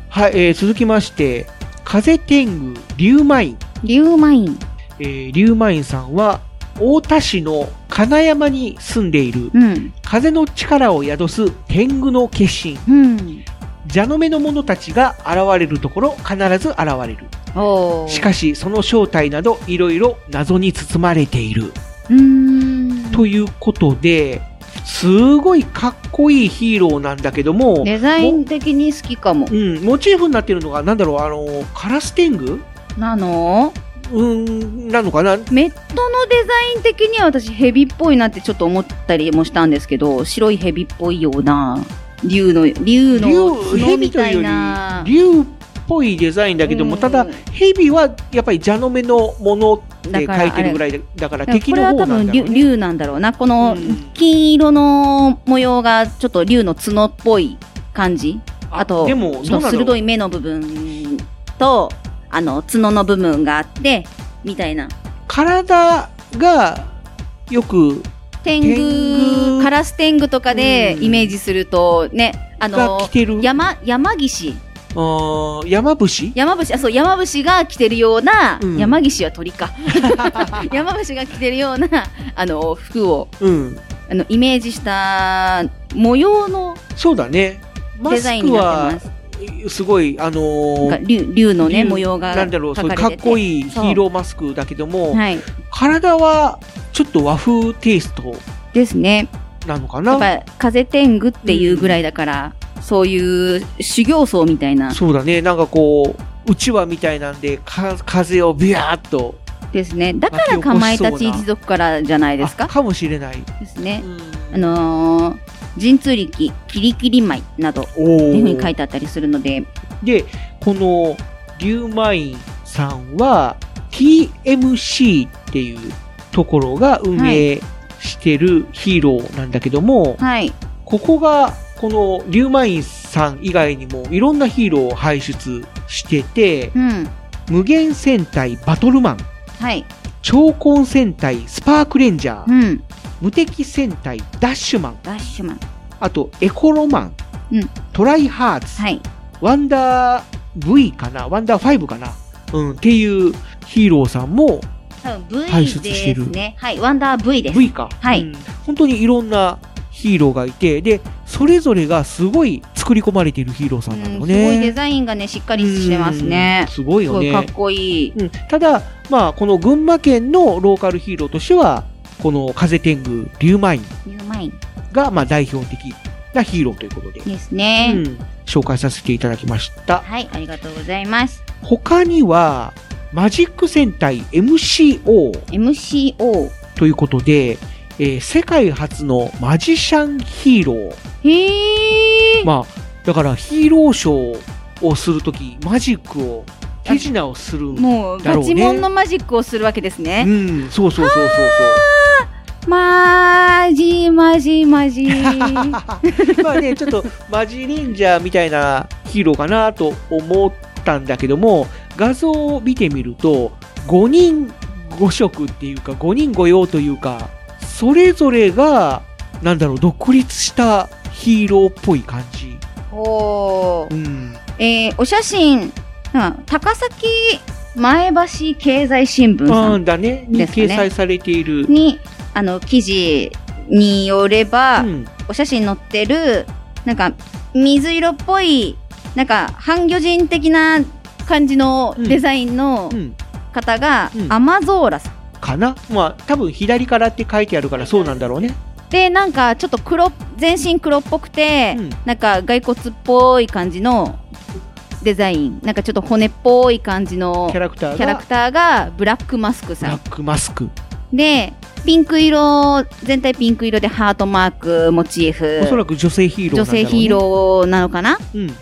S4: はい、えー続きまして、風天狗リュウマイン。
S2: リュウマイン。
S4: えー、リュウマインさんは、太田市の金山に住んでいる、
S2: うん。
S4: 風の力を宿す天狗の結晶
S2: うん。
S4: 蛇の目の者たちが現れるところ必ず現れる
S2: おー
S4: しかしその正体などいろいろ謎に包まれている
S2: うーん。
S4: ということですごいかっこいいヒーローなんだけども
S2: デザイ
S4: も
S2: ン的に好きかも
S4: う。ん、モチーフになってるのがなんだろうあのカラス天狗
S2: なの
S4: うんなのかな
S2: メットのデザイン的には私ヘビっぽいなってちょっと思ったりもしたんですけど白いヘビっぽいような竜の竜の角みたいな
S4: 竜っぽいデザインだけども、
S2: うん
S4: ただ蛇はやっぱり蛇の目のものって
S2: だから
S4: 書いてるぐらいだだか
S2: だから
S4: ら敵
S2: こ
S4: の
S2: れは
S4: 方
S2: 多
S4: な
S2: 分
S4: んだろ
S2: 竜
S4: うね
S2: 竜なんだろうなこの
S4: うん
S2: 金色の模様がちょっと竜の角っぽい感じあと
S4: で
S2: そ
S4: もそう
S2: の
S4: なの
S2: 鋭い目の部分とあの角の部分があってみたいな
S4: 体がよく
S2: 天
S4: 天狗
S2: 狗カラス天狗とかで
S4: うん
S2: イメージするとねあ
S4: が
S2: の
S4: 着てる
S2: 山山岸
S4: あー山伏
S2: 山伏あそう山伏が着てるような、
S4: うん
S2: 山岸は鳥か 山伏が着てるようなあの服を
S4: うん
S2: あのイメージした模様の
S4: そうだねマ
S2: デ
S4: ス
S2: ザイン
S4: ク
S2: になっ
S4: は
S2: てます。
S4: すごいあの
S2: なんか
S4: ー
S2: 竜竜のね
S4: 竜
S2: 模様が
S4: なんだろ
S2: 描
S4: うそういう
S2: か
S4: かっ
S2: れてて
S4: こいいヒ
S2: そう
S4: ーローマスクだけども、
S2: はい
S4: 体はちょっと和風テイスト
S2: ですね
S4: なのか
S2: や
S4: な
S2: っぱ風天狗っていうぐらいだから、そういう修行僧みたいな
S4: そうだね、なんかこう、うちわみたいなんで、か風をビャーっと。
S2: ですねだからかまいたち一族からじゃないです
S4: あ
S2: か
S4: かもしれない。
S2: ですね
S4: うん
S2: あのー神通力キリキリ舞など
S4: お
S2: っていうふう
S4: ー
S2: に書いてあったりするので、
S4: で、この、リュウマインさんは、TMC っていうところが運営してるヒーローなんだけども、
S2: はい、
S4: ここが、このリュウマインさん以外にも、いろんなヒーローを輩出してて
S2: う、ん、
S4: 無限戦隊バトルマン、
S2: はい、
S4: 超魂戦隊スパークレンジャ
S2: う
S4: ー、
S2: ん、
S4: 無敵戦隊ダッシュマン、
S2: ダッシュマン、
S4: あと、エコロマン、
S2: うん
S4: トライハーツ、
S2: はい、
S4: ワンダー V かな、ワンダー5かな、うん、っていうヒーローさんも
S2: 多分 V
S4: 排
S2: で
S4: 出してる
S2: すね、はい、ワンダー V です。
S4: V か、
S2: はい
S4: うん本当にいろんなヒーローがいて、で、それぞれがすごい作り込まれているヒーローさ
S2: うんん
S4: な
S2: す
S4: の
S2: ごい
S4: ね。
S2: デザインがね、しっかりしてますね
S4: うん。すごい
S2: す
S4: よ
S2: ごいかっ
S4: ね。
S2: こいい。
S4: うん、ただ、まあ、この群馬県のローカルヒーローとしては、この風天狗、リュウマイン
S2: ニューマイン
S4: が、まあ、代表的なヒーローということで、
S2: です
S4: う
S2: ね。
S4: ん、紹介させていただきました。
S2: はい、ありがとうございます。
S4: 他には、マジック戦隊 MCO
S2: MCO。
S4: ということで、ええー世界初のマジシャンヒーロー。
S2: へえ。
S4: まあ、だからヒーローショーをするとき、マジックを、手品をする。
S2: もう
S4: だ
S2: ガ
S4: ろう
S2: チ
S4: ね
S2: モンのマジックをするわけです
S4: う
S2: ね。
S4: ん、そうそうそうそう
S2: マジマジマジ。
S4: そう。 まあね、ちょっとマジレンジャーみたいなヒーローかなと思ったんだけども、画像を見てみると、5人5色っていうか、5人5用というか、それぞれが、なんだろう、独立したヒーローっぽい感じ。
S2: おー
S4: うん。
S2: えーお写真、うん高崎前橋経済新聞さ
S4: あ
S2: ん
S4: んだね、に
S2: ですかね
S4: 掲載されている。
S2: に、あの、記事によれば、
S4: うん
S2: お写真載ってる、なんか、水色っぽい、なんか、半魚人的な感じのデザインの
S4: うん
S2: 方が、
S4: うん
S2: アマゾーラさん。
S4: かなまあ多分左からって書いてあるからそうなんだろうね
S2: で、なんか、ちょっと黒、全身黒っぽくて、
S4: うん
S2: なんか、骸骨っぽい感じのデザイン。なんか、ちょっと骨っぽい感じの
S4: キャラクターが
S2: キャラクターが、ブラックマスク
S4: ブ
S2: さ
S4: ラ
S2: ん。
S4: ックマスク、
S2: で、ピンク色、全体ピンク色でハートマークモチーフ。
S4: おそらく女性ヒーロ
S2: 女
S4: ーなんだろう、ね、
S2: 性ヒーローなのかな
S4: ーうん
S2: ち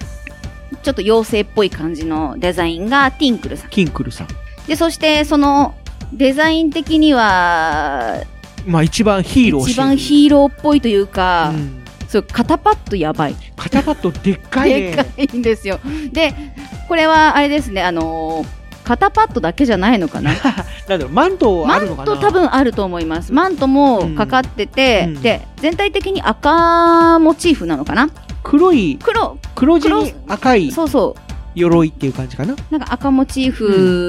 S2: ょっと妖精っぽい感じのデザインがティンクルさん
S4: キンクルさん
S2: でそしてそのデザイン的には
S4: まあ一番ヒーロー
S2: 一番ヒーローっぽいという
S4: ー
S2: か、
S4: うん、
S2: そう肩パッドやばい
S4: 肩パッドでっかい
S2: で
S4: ね
S2: かいんですよでこれはあれですねあのー肩パッドだけじゃないのかな
S4: なんだろうマントあ
S2: マ
S4: るの
S2: ン
S4: かな
S2: ト多分あると思いますマントもかかってて、
S4: うん
S2: で全体的に赤モチーフなのかな
S4: 黒い
S2: 黒
S4: 黒地に赤い
S2: そうそう
S4: 鎧っていう感じかな
S2: なんか赤モチー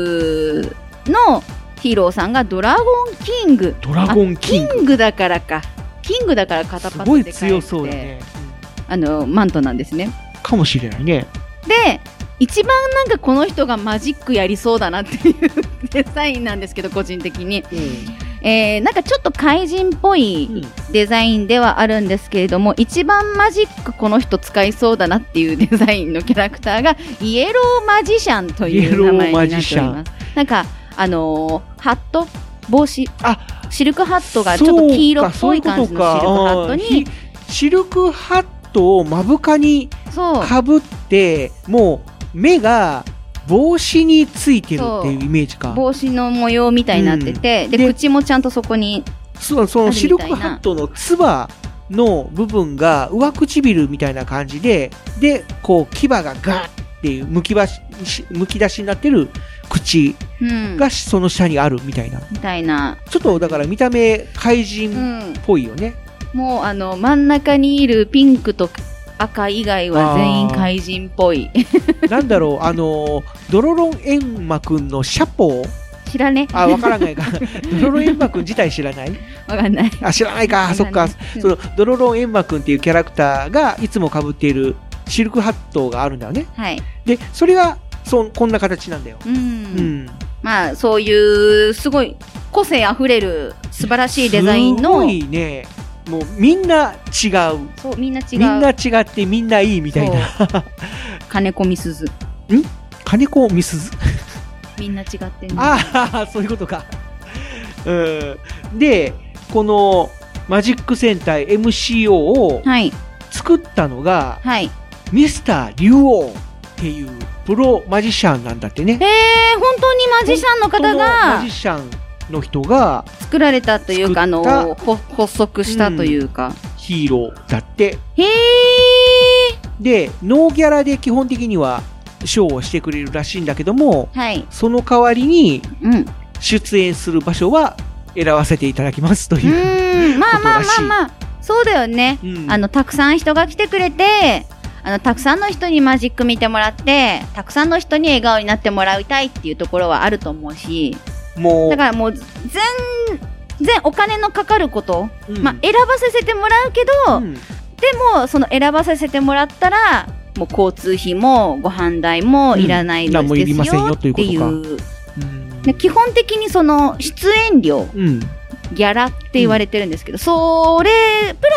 S2: フのヒーローさんがドラゴンキング。
S4: ドラゴンキン
S2: あ
S4: グ
S2: キングだからか。キングだから肩
S4: す
S2: パッ
S4: ご
S2: ド
S4: い
S2: で
S4: 強そうだね、
S2: あの、マントなんですね。
S4: うんかもしれないね
S2: で、一番なんかこの人がマジックやりそうだなっていうデザインなんですけど、個人的に。えーなんかちょっと怪人っぽ
S4: う
S2: い
S4: ん
S2: デザインではあるんですけれども、一番マジックこの人使いそうだなっていうデザインのキャラクターが、イエローマジシャンとい
S4: イエ
S2: う
S4: ロ
S2: 名
S4: ー
S2: 前になっ
S4: マ
S2: ており
S4: ジ
S2: ます。
S4: シャン
S2: なんか、あのーハット帽子
S4: あ
S2: シルクハットがちょっと黄色っぽい感じのシルクハットに
S4: トにシルクハットを目深に
S2: そう
S4: かぶってもう目が帽子についてるっていうイメージか
S2: 帽子の模様みたいになってて、
S4: ん
S2: で
S4: で
S2: 口もちゃんとそこに
S4: そうそのシルク
S2: あるみたい
S4: ハ
S2: な
S4: ットのつばの部分が上唇みたいな感じででこう牙がガーっていうむきばしむき出しになってる口
S2: うん
S4: がその下にあるみたいな、
S2: みたいな、
S4: ちょっとだから見た目怪
S2: う
S4: 人っ
S2: ん、
S4: ぽいよね、
S2: もうあの真ん中にいるピンクと赤以外は全員怪人っぽい
S4: なんだろうあのドロロンエンマくんのシャポー
S2: 知らね
S4: あわからない かドロロンエンマくん自体知らない
S2: わかんない
S4: あ知らないか、そっか、
S2: うん
S4: そのドロロンエンマくんっていうキャラクターがいつも被っているシルクハットがあるんだよね。
S2: はい、
S4: で、それがそんこんな形なんだよ。
S2: うん
S4: うん、
S2: まあそういうすごい個性あふれる素晴らしいデザイン
S4: す
S2: の
S4: ごいね、もうみんな違う。
S2: そうみんな違う
S4: みんな違ってみんないいみたいな。
S2: 金子みすず
S4: 金子みすず。
S2: みんな違ってね
S4: ああ、そういうことか。うん。で、このマジック戦隊 MCO を
S2: はい
S4: 作ったのが、
S2: はい
S4: ミスター竜王っていうプロマジシャンなんだってね。
S2: えー、本当にマジシャンの方
S4: 本当の
S2: が
S4: マジシャンの人が
S2: 作られたというか、あの、
S4: 作
S2: ほ発足したというか。
S4: ヒーローだって
S2: へえ
S4: でノーギャラで基本的にはショーをしてくれるらしいんだけども
S2: ー、はい、
S4: その代わりに
S2: うん。う
S4: 出演する場所は選ばせていただきますという、
S2: ーん、まあまあまあまあ、そうだよね。
S4: うん
S2: あの、たくさん人が来てくれて、あの、たくさんの人にマジック見てもらって、たくさんの人に笑顔になってもらいたいっていうところはあると思うし、
S4: も
S2: だからもう、全、全お金のかかること、
S4: う、うん
S2: まあ、選ばさせてもらうけど、
S4: うん
S2: でもその選ばさせてもらったらもう交通費もご飯代もいらないです
S4: うん何もいりませんよ
S2: よって
S4: とい
S2: いうう,、
S4: こうん
S2: で基本的にその出演料
S4: うん
S2: ギャラって言われてるんですけど、それプ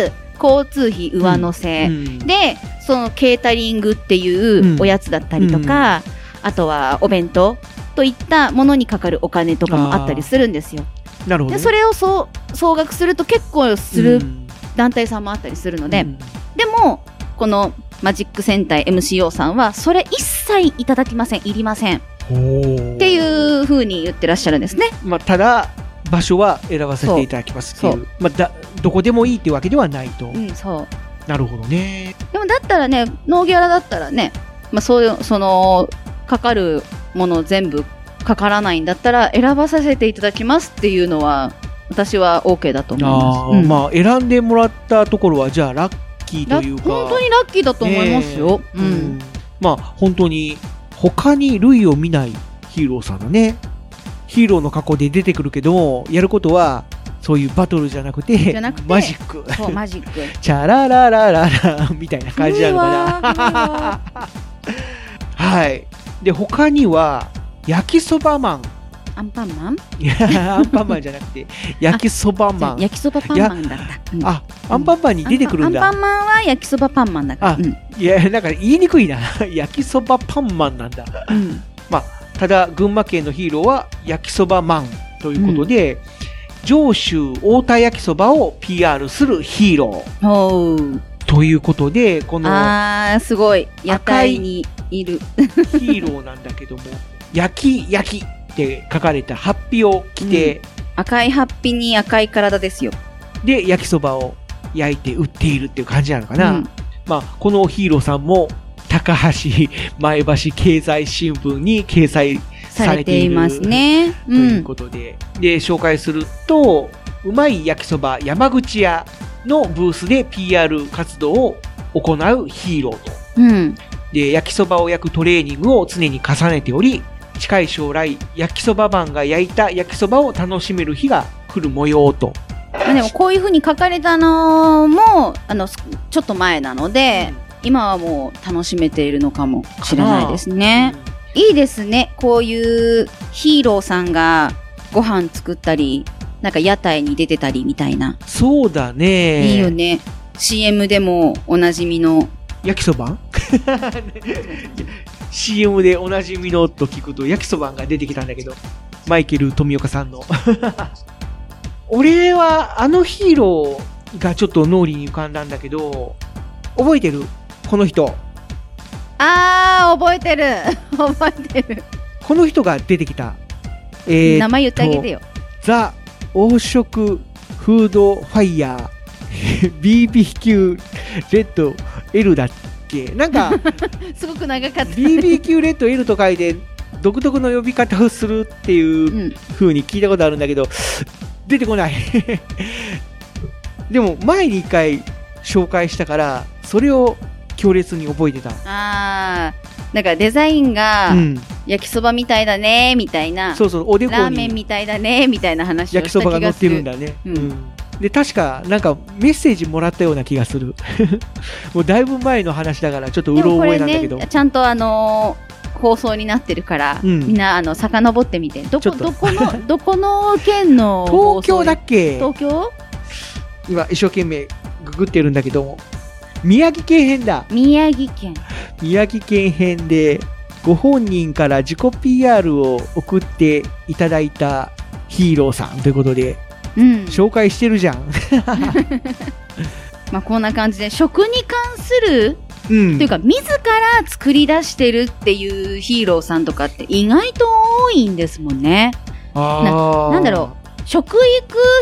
S2: ラス交通費上乗せ、
S4: うん
S2: でそのケータリングって
S4: う
S2: い
S4: ん
S2: うおやつだったりとか、あとはお弁当といったものにかかるお金とかもあったりするんですよ。
S4: なるほど
S2: で
S4: ね
S2: それを総総額すると結構する団体さんもあったりするので、でもこのマジック戦隊 MCO さんはそれ一切いただきませんいりませんっ
S4: って
S2: いうふうに言ってらっしゃるんですね
S4: まあ、ただ場所は選ばせていただきますっていう
S2: そう
S4: まあ、だどこでもいいっていうわけではないと、
S2: うんそう
S4: なるほどね
S2: でもだったらねノーギャラだったらね、まあ、そういうそのかかるもの全部かからないんだったら選ばさせていただきますっていうのは私は OK だと思います
S4: あー、まあ選んでもらったところはじゃあラッキーというか
S2: 本当にラッキーだと思いますよ、
S4: ねえうんまあ本当に他に類を見ないヒーローさんだねヒーローの格好で出てくるけどもやることはそういうバトルじゃなくて
S2: じゃなくて
S4: マジック
S2: そうマジック
S4: チャラララララみたいな 感じなのかなはいで他には焼きそ ばマン
S2: アンパンマン
S4: いやアンパンマンじゃなくて焼きそばマン
S2: 焼きそばパンマンだった、うん
S4: あアンパンマンに出てくるんだ
S2: アンパンマンは焼きそばパンマンだから
S4: あ、いやなんか言いにくいな 焼きそばパンマンなんだ、まあただ群馬県のヒーローは焼きそばマンということで、上州太田焼きそばを PR するヒーロ
S2: ー
S4: ということでこの
S2: あーすごい屋台にいる
S4: ヒーローなんだけども焼き焼きって書かれたハッピを着て、
S2: 赤いハッピに赤い体ですよ
S4: で焼きそばを焼いて売っているっていう感じなのかな、
S2: うん
S4: まあ、このヒーローさんも高橋前橋経済新聞に掲載
S2: さ
S4: さ
S2: れ
S4: れ
S2: て
S4: てい
S2: い
S4: る
S2: ますね
S4: ということで、で紹介するとうまい焼きそば山口屋のブースで PR 活動を行うヒーローと
S2: うん
S4: で焼きそばを焼くトレーニングを常に重ねており近い将来焼きそばマンが焼いた焼きそばを楽しめる日が来る模様と
S2: まあ、でもこういうふうに書かれたのもあのすちょっと前なので、今はもう楽しめているのかもしれないですね。いいですねこういうヒーローさんがご飯作ったりなんか屋台に出てたりみたいな、
S4: そうだね
S2: いいよね CM でもおなじみの
S4: 焼きそば CM でおなじみのと聞くと焼きそばが出てきたんだけどマイケル富岡さんの俺はあのヒーローがちょっと脳裏に浮かんだんだけど覚えてるこの人
S2: あー覚えてる 覚えてる、
S4: この人が出てきた、えーと
S2: 名前言ってあげてよ
S4: ザ黄色フードファイヤー BBQ レッド L だっけなんか
S2: すごく長かった
S4: BBQ レッド L と書いて独特の呼び方をするっていう風に聞いたことあるんだけど、出てこない でも前に一回紹介したからそれを強烈に覚えてた
S2: あーなんかデザインが
S4: うん
S2: 焼きそばみたいだねみたいな、
S4: そうそうおでこに
S2: ラーメンみたいだねみたいな話を
S4: 焼き
S2: した
S4: そ
S2: 気が
S4: ば
S2: す
S4: が
S2: る
S4: 乗ってるんだね、
S2: うん
S4: うんで確かなんかメッセージもらったような気がする もうだいぶ前の話だからちょっとう
S2: でも
S4: ろ
S2: こ
S4: 覚え
S2: れ
S4: なんだけど、
S2: ねちゃんとあのー放送になってるから、
S4: うん
S2: みんなあの遡ってみてど
S4: ち
S2: こ
S4: ょっと
S2: どこ のどこの県の
S4: 東京だっけ
S2: 東京
S4: 今一生懸命ググってるんだけども宮城県編だ
S2: 宮城県
S4: 宮城県編でご本人から自己 PR を送っていただいたヒーローさんということで、
S2: うん
S4: 紹介してるじゃん
S2: まあこんな感じで食に関する、
S4: うん
S2: というか自ら作り出してるっていうヒーローさんとかって意外と多いんですもんねななんだろう食育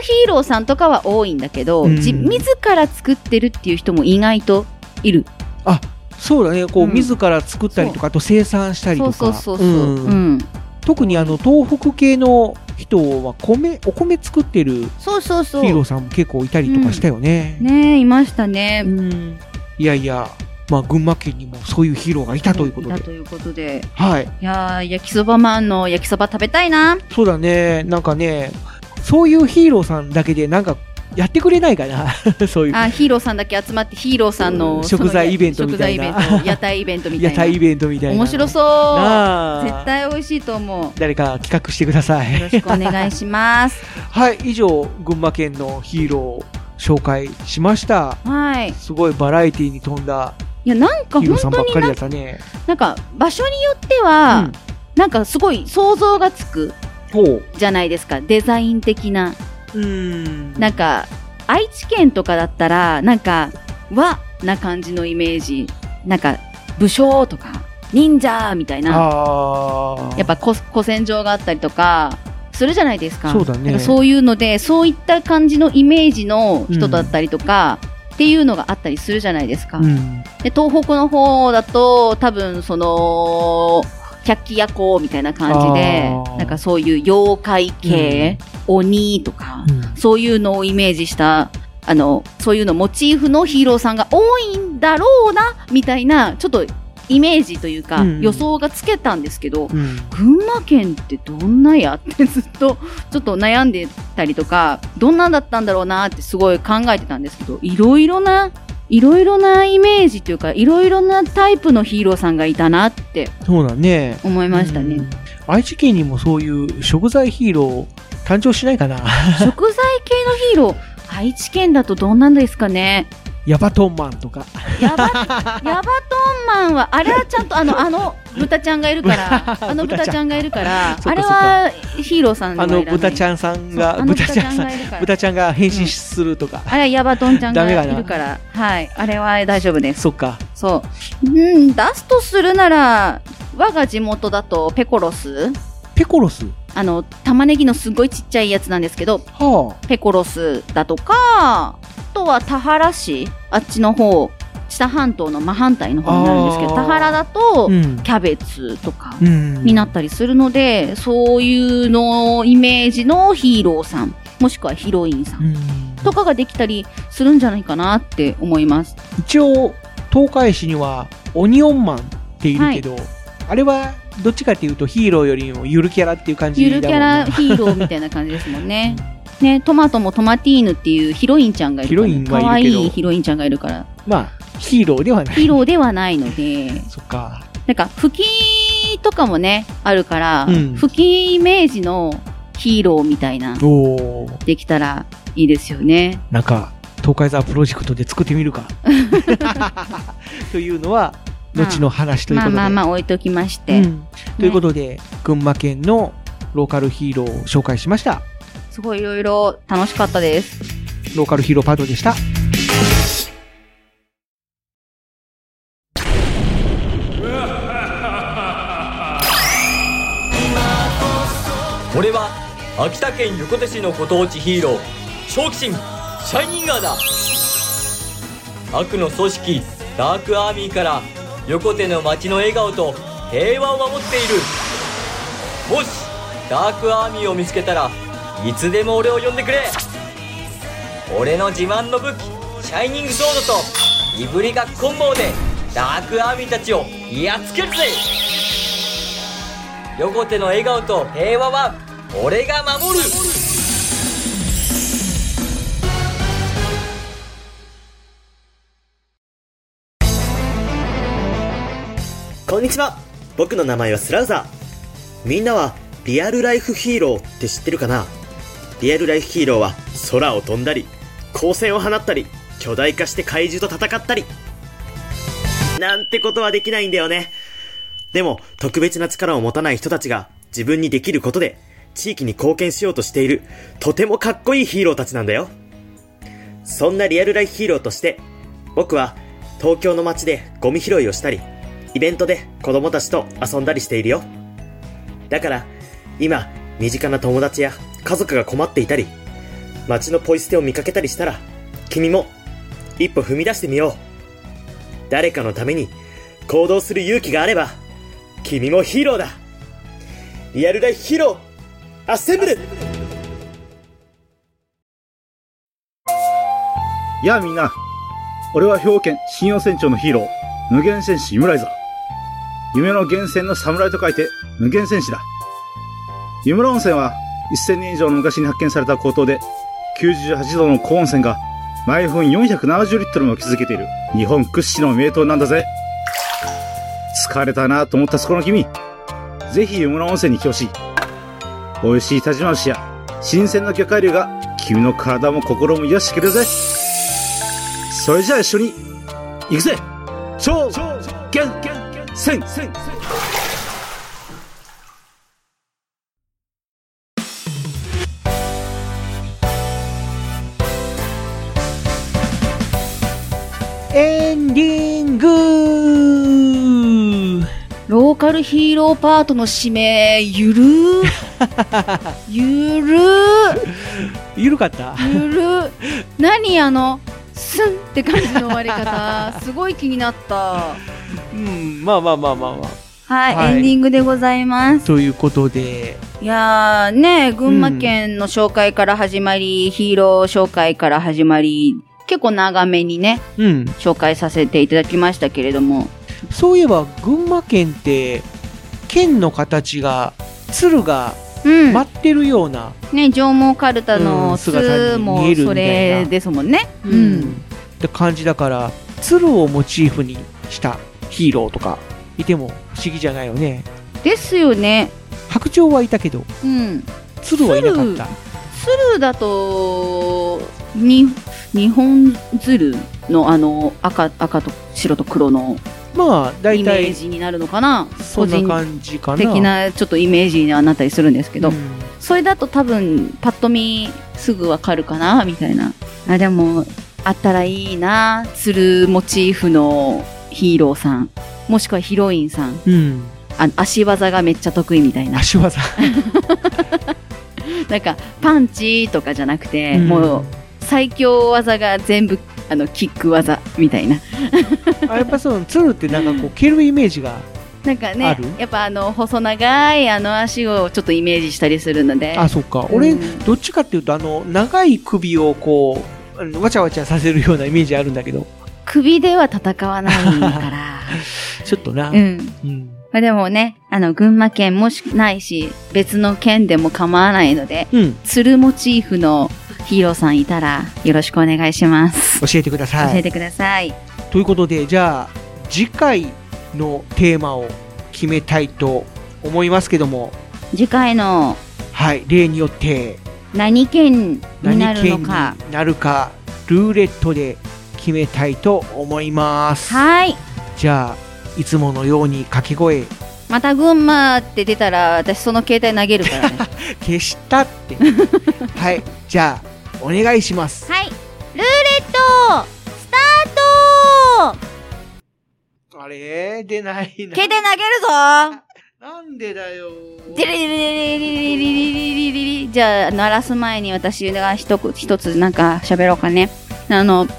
S2: ヒーローさんとかは多いんだけど、
S4: うん
S2: じ自ら作ってるっていう人も意外といる
S4: あそうだねこう、
S2: うん
S4: 自ら作ったりとかあと生産したりとか
S2: そうそうそうそううん
S4: 特にあの東北系の人は米お米作ってるヒ
S2: そうそうそう
S4: ーローさんも結構いたりとかしたよね、
S2: ねえいましたね、
S4: いやいやまあ群馬県にもそういうヒーローがいたということ
S2: だ
S4: で
S2: ということで
S4: はい
S2: いやー焼きそばマンの焼きそば食べたいな
S4: そうだねなんかねそういうヒーローさんだけでなんかやってくれない かなそういう
S2: あヒーローさんだけ集まってヒーローさんの
S4: 食材イベントみたい
S2: 食
S4: な
S2: 材イベント屋台イベントみたい
S4: 屋
S2: な
S4: 台イベントみたいな
S2: 面白そ
S4: なあ
S2: う絶対美味しいと思う
S4: 誰か企画してくださいよろ
S2: しくお願いします
S4: はい以上群馬県のヒーローを紹介しました
S2: はい
S4: すごいバラエティに富んだ
S2: いやなんか
S4: ヒーローさ
S2: 本当
S4: んばっ
S2: に
S4: かり
S2: な
S4: だったね
S2: なんか場所によっては、なんかすごい想像がつく
S4: ほ
S2: じゃないですかデザイン的な
S4: う。うん。
S2: なんか愛知県とかだったらなんか和な感じのイメージなんか武将とか忍者みたいな
S4: ああ。
S2: やっぱ古古戦場があったりとかするじゃないですか
S4: そうだ
S2: な
S4: ね
S2: んかそういうのでそういった感じのイメージの人だったりとか、っていうのがあったりするじゃないですか、
S4: うん。
S2: で東北の方だと多分その百鬼夜行みたいな感じで
S4: あー
S2: なんかそういう妖怪系、鬼とか、そういうのをイメージしたあのそういうのモチーフのヒーローさんが多いんだろうなみたいなちょっとイメージというか、
S4: うん
S2: 予想がつけたんですけど、
S4: うん。
S2: 群馬県ってどんなや ってずっとちょっと悩んでたりとかどんなんだったんだろうなってすごい考えてたんですけどいろいろないろいろなイメージというかいろいろなタイプのヒーローさんがいたなって
S4: そうだね。
S2: 思いましたね、
S4: うん愛知県にもそういう食材ヒーロー誕生しないかな
S2: 食材系のヒーロー愛知県だとどんなんですか ね
S4: ヤバトンマンとか。
S2: ヤバヤバトンマンはあれはちゃんとあのあの豚ちゃんがいるから あの豚ちゃんがいるから
S4: そっ
S2: あ
S4: か
S2: れ
S4: そっか
S2: はヒーローさんに
S4: あ
S2: はいらな
S4: の
S2: い
S4: 豚ちゃんさん
S2: そう
S4: が、
S2: あの
S4: 豚ちゃんさ
S2: 豚ちゃんが
S4: ん
S2: いるから、
S4: 豚ちゃんが変身するとか。
S2: あれはヤバトンちゃん
S4: ダ
S2: が
S4: メかない
S2: るから、はい、あれは大丈夫です。
S4: そっか。
S2: そう。うん、出すとするなら、我が地元だとペコロス、
S4: ペコロス。
S2: あの、玉ねぎのすごいちっちゃいやつなんですけど、
S4: は
S2: ペコロスだとか、あとは田原市、あっちの方、知多半島の真反対の方になるんですけど、
S4: あー
S2: 田原だと
S4: あ。、ん
S2: キャベツとか
S4: うん。
S2: になったりするので、そういうのをイメージのヒーローさん、もしくはヒロインさん
S4: うん。
S2: とかができたりするんじゃないかなって思います。
S4: 一応、東海市にはオニオンマンっているけど、あれはどっちかっていうとヒーローよりもゆるキャラっていう感じ
S2: ゆ
S4: だも
S2: る
S4: ん
S2: キ
S4: な
S2: ャラヒーローみたいな感じですもん ね。ね、トマトもトマティーヌっていうヒロインちゃんがいるから、
S4: ヒロインはいるけど
S2: 可愛いヒロインちゃんがいる から、
S4: まあ、ヒーローではない。
S2: ヒーローではないので、
S4: そっか。
S2: なんか、吹きとかもね、あるから、
S4: うん
S2: 吹きイメージのヒーローみたいな、
S4: おお。
S2: できたらいいですよね。
S4: なんか、東海沢プロジェクトで作ってみるか。というのは、後の話というこ
S2: まあ
S4: とで。
S2: まあまあ置いときまして、
S4: うんということで、群馬県のローカルヒーローを紹介しました。
S2: すごいいろいろ楽しかったです。
S4: ローカルヒーローパートでした。
S5: 俺は秋田県横手市のご当地ヒーロー正気神シャイニンガーだ悪の組織ダークアーミーから横手の街の笑顔と平和を守っているもしダークアーミーを見つけたらいつでも俺を呼んでくれ俺の自慢の武器シャイニングソードといぶりがっこん棒でダークアーミーたちをやっつけるぜ横手の笑顔と平和は俺が守る
S12: こんにちは僕の名前はスラウザーみんなはリアルライフヒーローって知ってるかなリアルライフヒーローは空を飛んだり光線を放ったり巨大化して怪獣と戦ったりなんてことはできないんだよねでも特別な力を持たない人たちが自分にできることで地域に貢献しようとしているとてもかっこいいヒーローたちなんだよそんなリアルライフヒーローとして僕は東京の街でゴミ拾いをしたりイベントで子供たちと遊んだりしているよ。だから、今、身近な友達や家族が困っていたり、街のポイ捨てを見かけたりしたら、君も、一歩踏み出してみよう。誰かのために、行動する勇気があれば、君もヒーローだリアルライフヒーローアッセンブル
S13: やあみんな。俺は兵庫県信用船長のヒーロー、無限戦士イムライザー。夢の源泉の侍と書いて、無限戦士だ。湯村温泉は、1000年以上の昔に発見された高騰で、98度の高温泉が、毎分470リットルも築けている、日本屈指の名湯なんだぜ。疲れたなと思ったそこの君、ぜひ湯村温泉に来てほしい。美味しい田島牛や、新鮮な魚介類が、君の体も心も癒してくれるぜ。それじゃあ一緒に行くぜ超限戦
S4: エンディング
S2: ローカルヒーローパートの指名、ゆる ーゆるー
S4: ゆるかった
S2: ゆるー何あの、スンって感じの終わり 方、すごい気になった。
S4: うんまあまあまあまあま
S2: はい、
S4: はい
S2: エンディングでございま
S4: あ
S2: す。
S4: ということで
S2: いやーね、群馬県の紹介から始まり、ヒーロー紹介から始まり、結構長めにね、
S4: うん
S2: 紹介させていただきましたけれども、
S4: そういえば群馬県って県の形が鶴が
S2: うん
S4: 舞ってるような、
S2: ね、上毛カルタ
S4: うん
S2: の
S4: 姿
S2: 巣
S4: に見
S2: も
S4: えるみたいな
S2: それですもんね。うん
S4: って感じだから鶴をモチーフにしたヒーローとかいても不思議じゃないよね
S2: ですよね。
S4: 白鳥はいたけど
S2: うん。
S4: 鶴はいなかった
S2: 鶴だと、に、日本鶴のあの赤、赤と白と黒の
S4: まあ大
S2: イメ
S4: 体
S2: ージになるのかな。
S4: そんな感じかな
S2: 的なちょっとイメージにはなったりするんですけど、それだと多分パッと見すぐわかるかなみたいなあでもあったらいいな鶴モチーフのヒーローさんもしくはヒロインさん
S4: うん
S2: あ足技がめっちゃ得意みたいな
S4: 足技
S2: なんかパンチとかじゃなくて、
S4: うん
S2: もう最強技が全部あのキック技みたいな
S4: あやっぱその鶴ってなんかこう蹴るイメージが
S2: なんか
S4: あ
S2: ね
S4: る
S2: やっぱあの細長いあの足をちょっとイメージしたりするので
S4: あそうか俺、
S2: うん
S4: どっちかっていうとあの長い首をこううんわちゃわちゃさせるようなイメージあるんだけど
S2: 首では戦わない から
S4: ちょっとな、
S2: うんまあでもね、あの、群馬県もしないし、別の県でも構わないので、
S4: うん
S2: 鶴モチーフのヒーローさんいたら、よろしくお願いします。
S4: 教えてください
S2: 教えてください。
S4: ということでじゃあ次回のテーマを決めたいと思いますけども
S2: 次回の
S4: はい例によって
S2: 何県に
S4: 何
S2: なる
S4: 県
S2: の
S4: に
S2: か。
S4: なるかルーレットで決めたいと思います
S2: はい。
S4: じゃあいつものように掛け声
S2: また群馬って出たら、私その携帯投げる からね。
S4: 消したって はいじゃあお願いします
S2: はい。ルーレットスタート
S4: あれ出ないな
S2: 携帯投げるぞ
S4: なんでだよ
S2: デレデレデレデレデレデレデレじゃあ鳴らす前に私が一つ一つなんか喋ろうかねあの東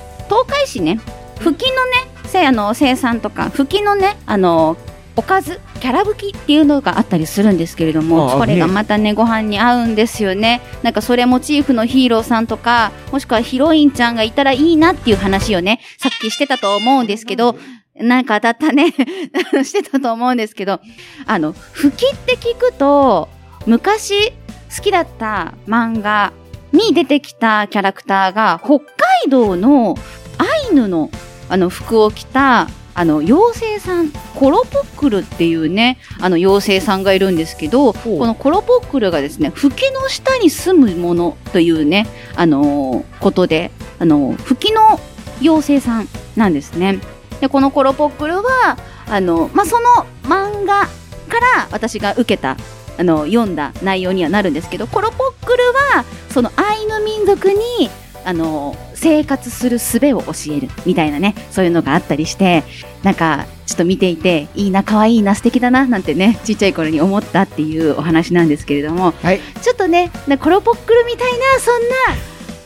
S2: 海市ねふきのねせあの生産とかふきのねあのおかずキャラ吹きっていうのがあったりするんですけれど
S14: ああ
S2: もこれが
S14: ね
S2: またねご飯に合うんですよねなんかそれモチーフのヒーローさんとかもしくはヒロインちゃんがいたらいいなっていう話をねさっきしてたと思うんですけどなんか当たったね してたと思うんですけどあの吹きって聞くと昔好きだった漫画に出てきたキャラクターが北海道のアイヌのあの服を着たあの妖精さんコロポックルっていうねあの妖精さんがいるんですけどこのコロポックルがですね吹きの下に住むものというねあのーことであのー吹きの妖精さんなんですね。でこのコロポックルはあの、まあ、その漫画から私が受けたあの読んだ内容にはなるんですけどコロポックルはそのアイヌ民族にあの生活する術を教えるみたいなねそういうのがあったりしてなんかちょっと見ていていいな可愛いな素敵だななんてねちっちゃい頃に思ったっていうお話なんですけれども、ちょっとねなコロポックルみたいなそんな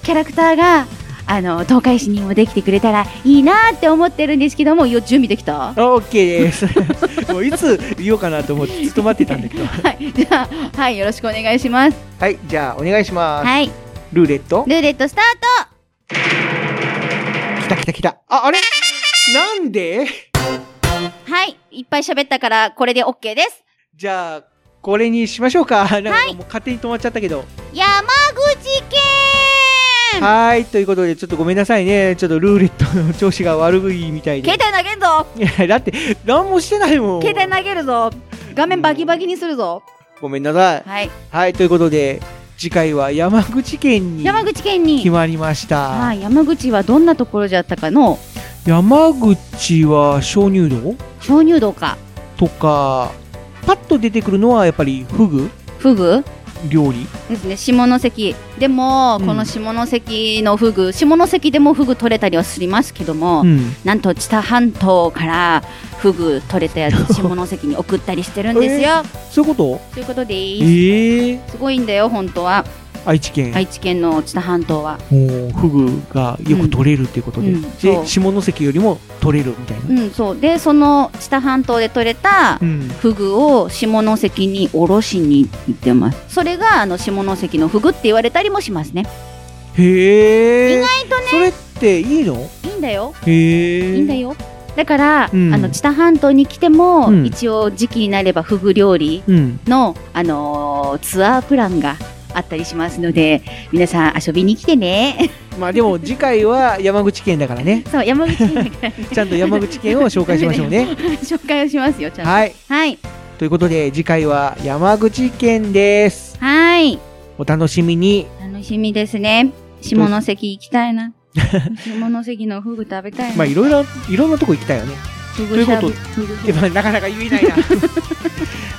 S2: キャラクターがあの東海市にもできてくれたらいいなって思ってるんですけどもよ準備できた
S4: オッケーです もういつ言おうかなと思ってずっと待ってたんだけど
S2: じゃあはいよろしくお願いします
S4: はいじゃあお願いします、
S2: はい
S4: ルーレット
S2: ルーレットスタート
S4: きたきたきたああれなんで
S2: はい、いっぱい喋ったからこれで OK です。
S4: じゃあこれにしましょうかなんかもう勝手に止まっちゃったけど
S2: 山口県
S4: はいということでちょっとごめんなさいねちょっとルーレットの調子が悪いみたいで
S2: 携帯投げんぞ
S4: いや だって何もしてないもん
S2: 携帯投げるぞ画面バキバキにするぞ
S4: ごめんなさい
S2: はい、
S4: はいということで次回は山口県に
S2: 山口県
S4: 決
S2: に
S4: まりました、
S2: はい、山口はどんなところじゃったかの
S4: 山口は鍾乳洞
S2: 鍾乳洞か
S4: とかパッと出てくるのはやっぱりフグ
S2: フグ
S4: 料理
S2: ですね下関でも、
S4: うん
S2: この下関のフグ下関でもフグ取れたりはしますけども、
S4: うん
S2: なんと知多半島からフグ取れた やつ下関に送ったりしてるんですよ、
S4: そういうこと
S2: ということで
S4: え
S2: す、
S4: ー、
S2: すごいんだよ本当は
S4: 愛知県、
S2: 愛知県の知多半島は
S4: もうフグがよく取れるっていうことで、
S2: うんうんそ
S4: で
S2: う
S4: 下関よりも取れるみたいな、
S2: うんそうでその知多半島で取れた
S4: うん
S2: フグを下関におろしに行ってますそれがあの下関のフグって言われたりもしますね
S4: へえ
S2: 意外とね
S4: それっていいの
S2: いいんだよ
S4: へえ
S2: いいんだよ。だから、
S4: うん
S2: あの知多半島に来ても、
S4: うん
S2: 一応時期になればフグ料理
S4: うん
S2: の、あのーツアープランがあったりしますので皆さん遊びに来てね
S4: まあでも次回は山口県だからね
S2: そう山口県だからね
S4: ちゃんと山口県を紹介しましょうね
S2: 紹介をしますよちゃんと
S4: はい
S2: はい
S4: ということで次回は山口県です
S2: はい
S4: お楽しみに
S2: 楽しみですね下関行きたい な下関のフグ食べたいな、
S4: まあいろいろいろんなとこ行きたいよね
S2: フ
S4: とい
S2: グし
S4: うこ
S2: ゃ
S4: と
S2: ぶフグ
S4: でまあなかなか言えな いな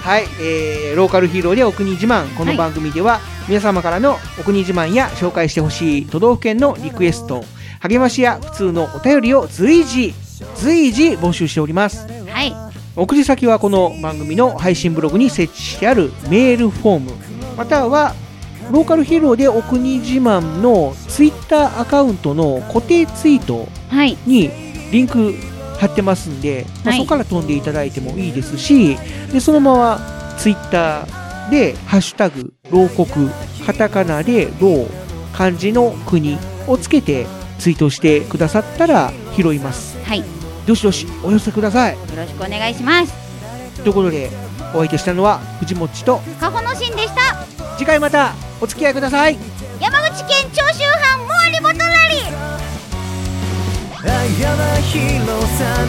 S4: はい、えーローカルヒーローでお国自慢この番組では、皆様からのお国自慢や紹介してほしい都道府県のリクエスト励ましや普通のお便りを随時随時募集しております
S2: はい
S4: 送り先はこの番組の配信ブログに設置してあるメールフォームまたはローカルヒーローでお国自慢のツイッターアカウントの固定ツイートにリンク貼ってますんで、まあ
S14: はい
S4: そこから飛んでいただいてもいいですしでそのままツイッターで「ハッシュタグ牢国」カタカナで「牢」漢字の「国」をつけてツイートしてくださったら拾います
S2: はいよ
S4: どしどしお寄せください
S2: ろしくお願いします
S4: ということでお相手したのは藤もっちと
S2: カホのシンでした
S4: 次回またお付き合いください
S2: 山口県長州藩毛利元就
S14: あやまヒーローさみんなのた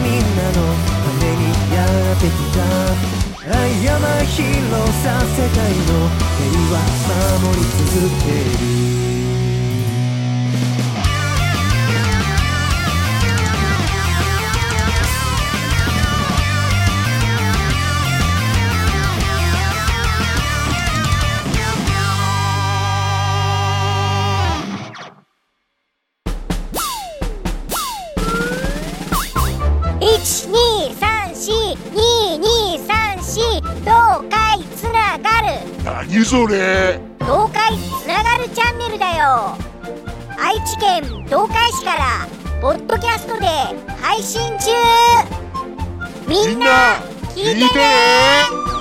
S14: めにやってきたあやまヒーローさ世界の平和守り続ける
S3: 12342234東海つながる
S15: 何それ
S3: 東海つながるチャンネルだよ愛知県東海市からポッドキャストで配信中みんな聞いてね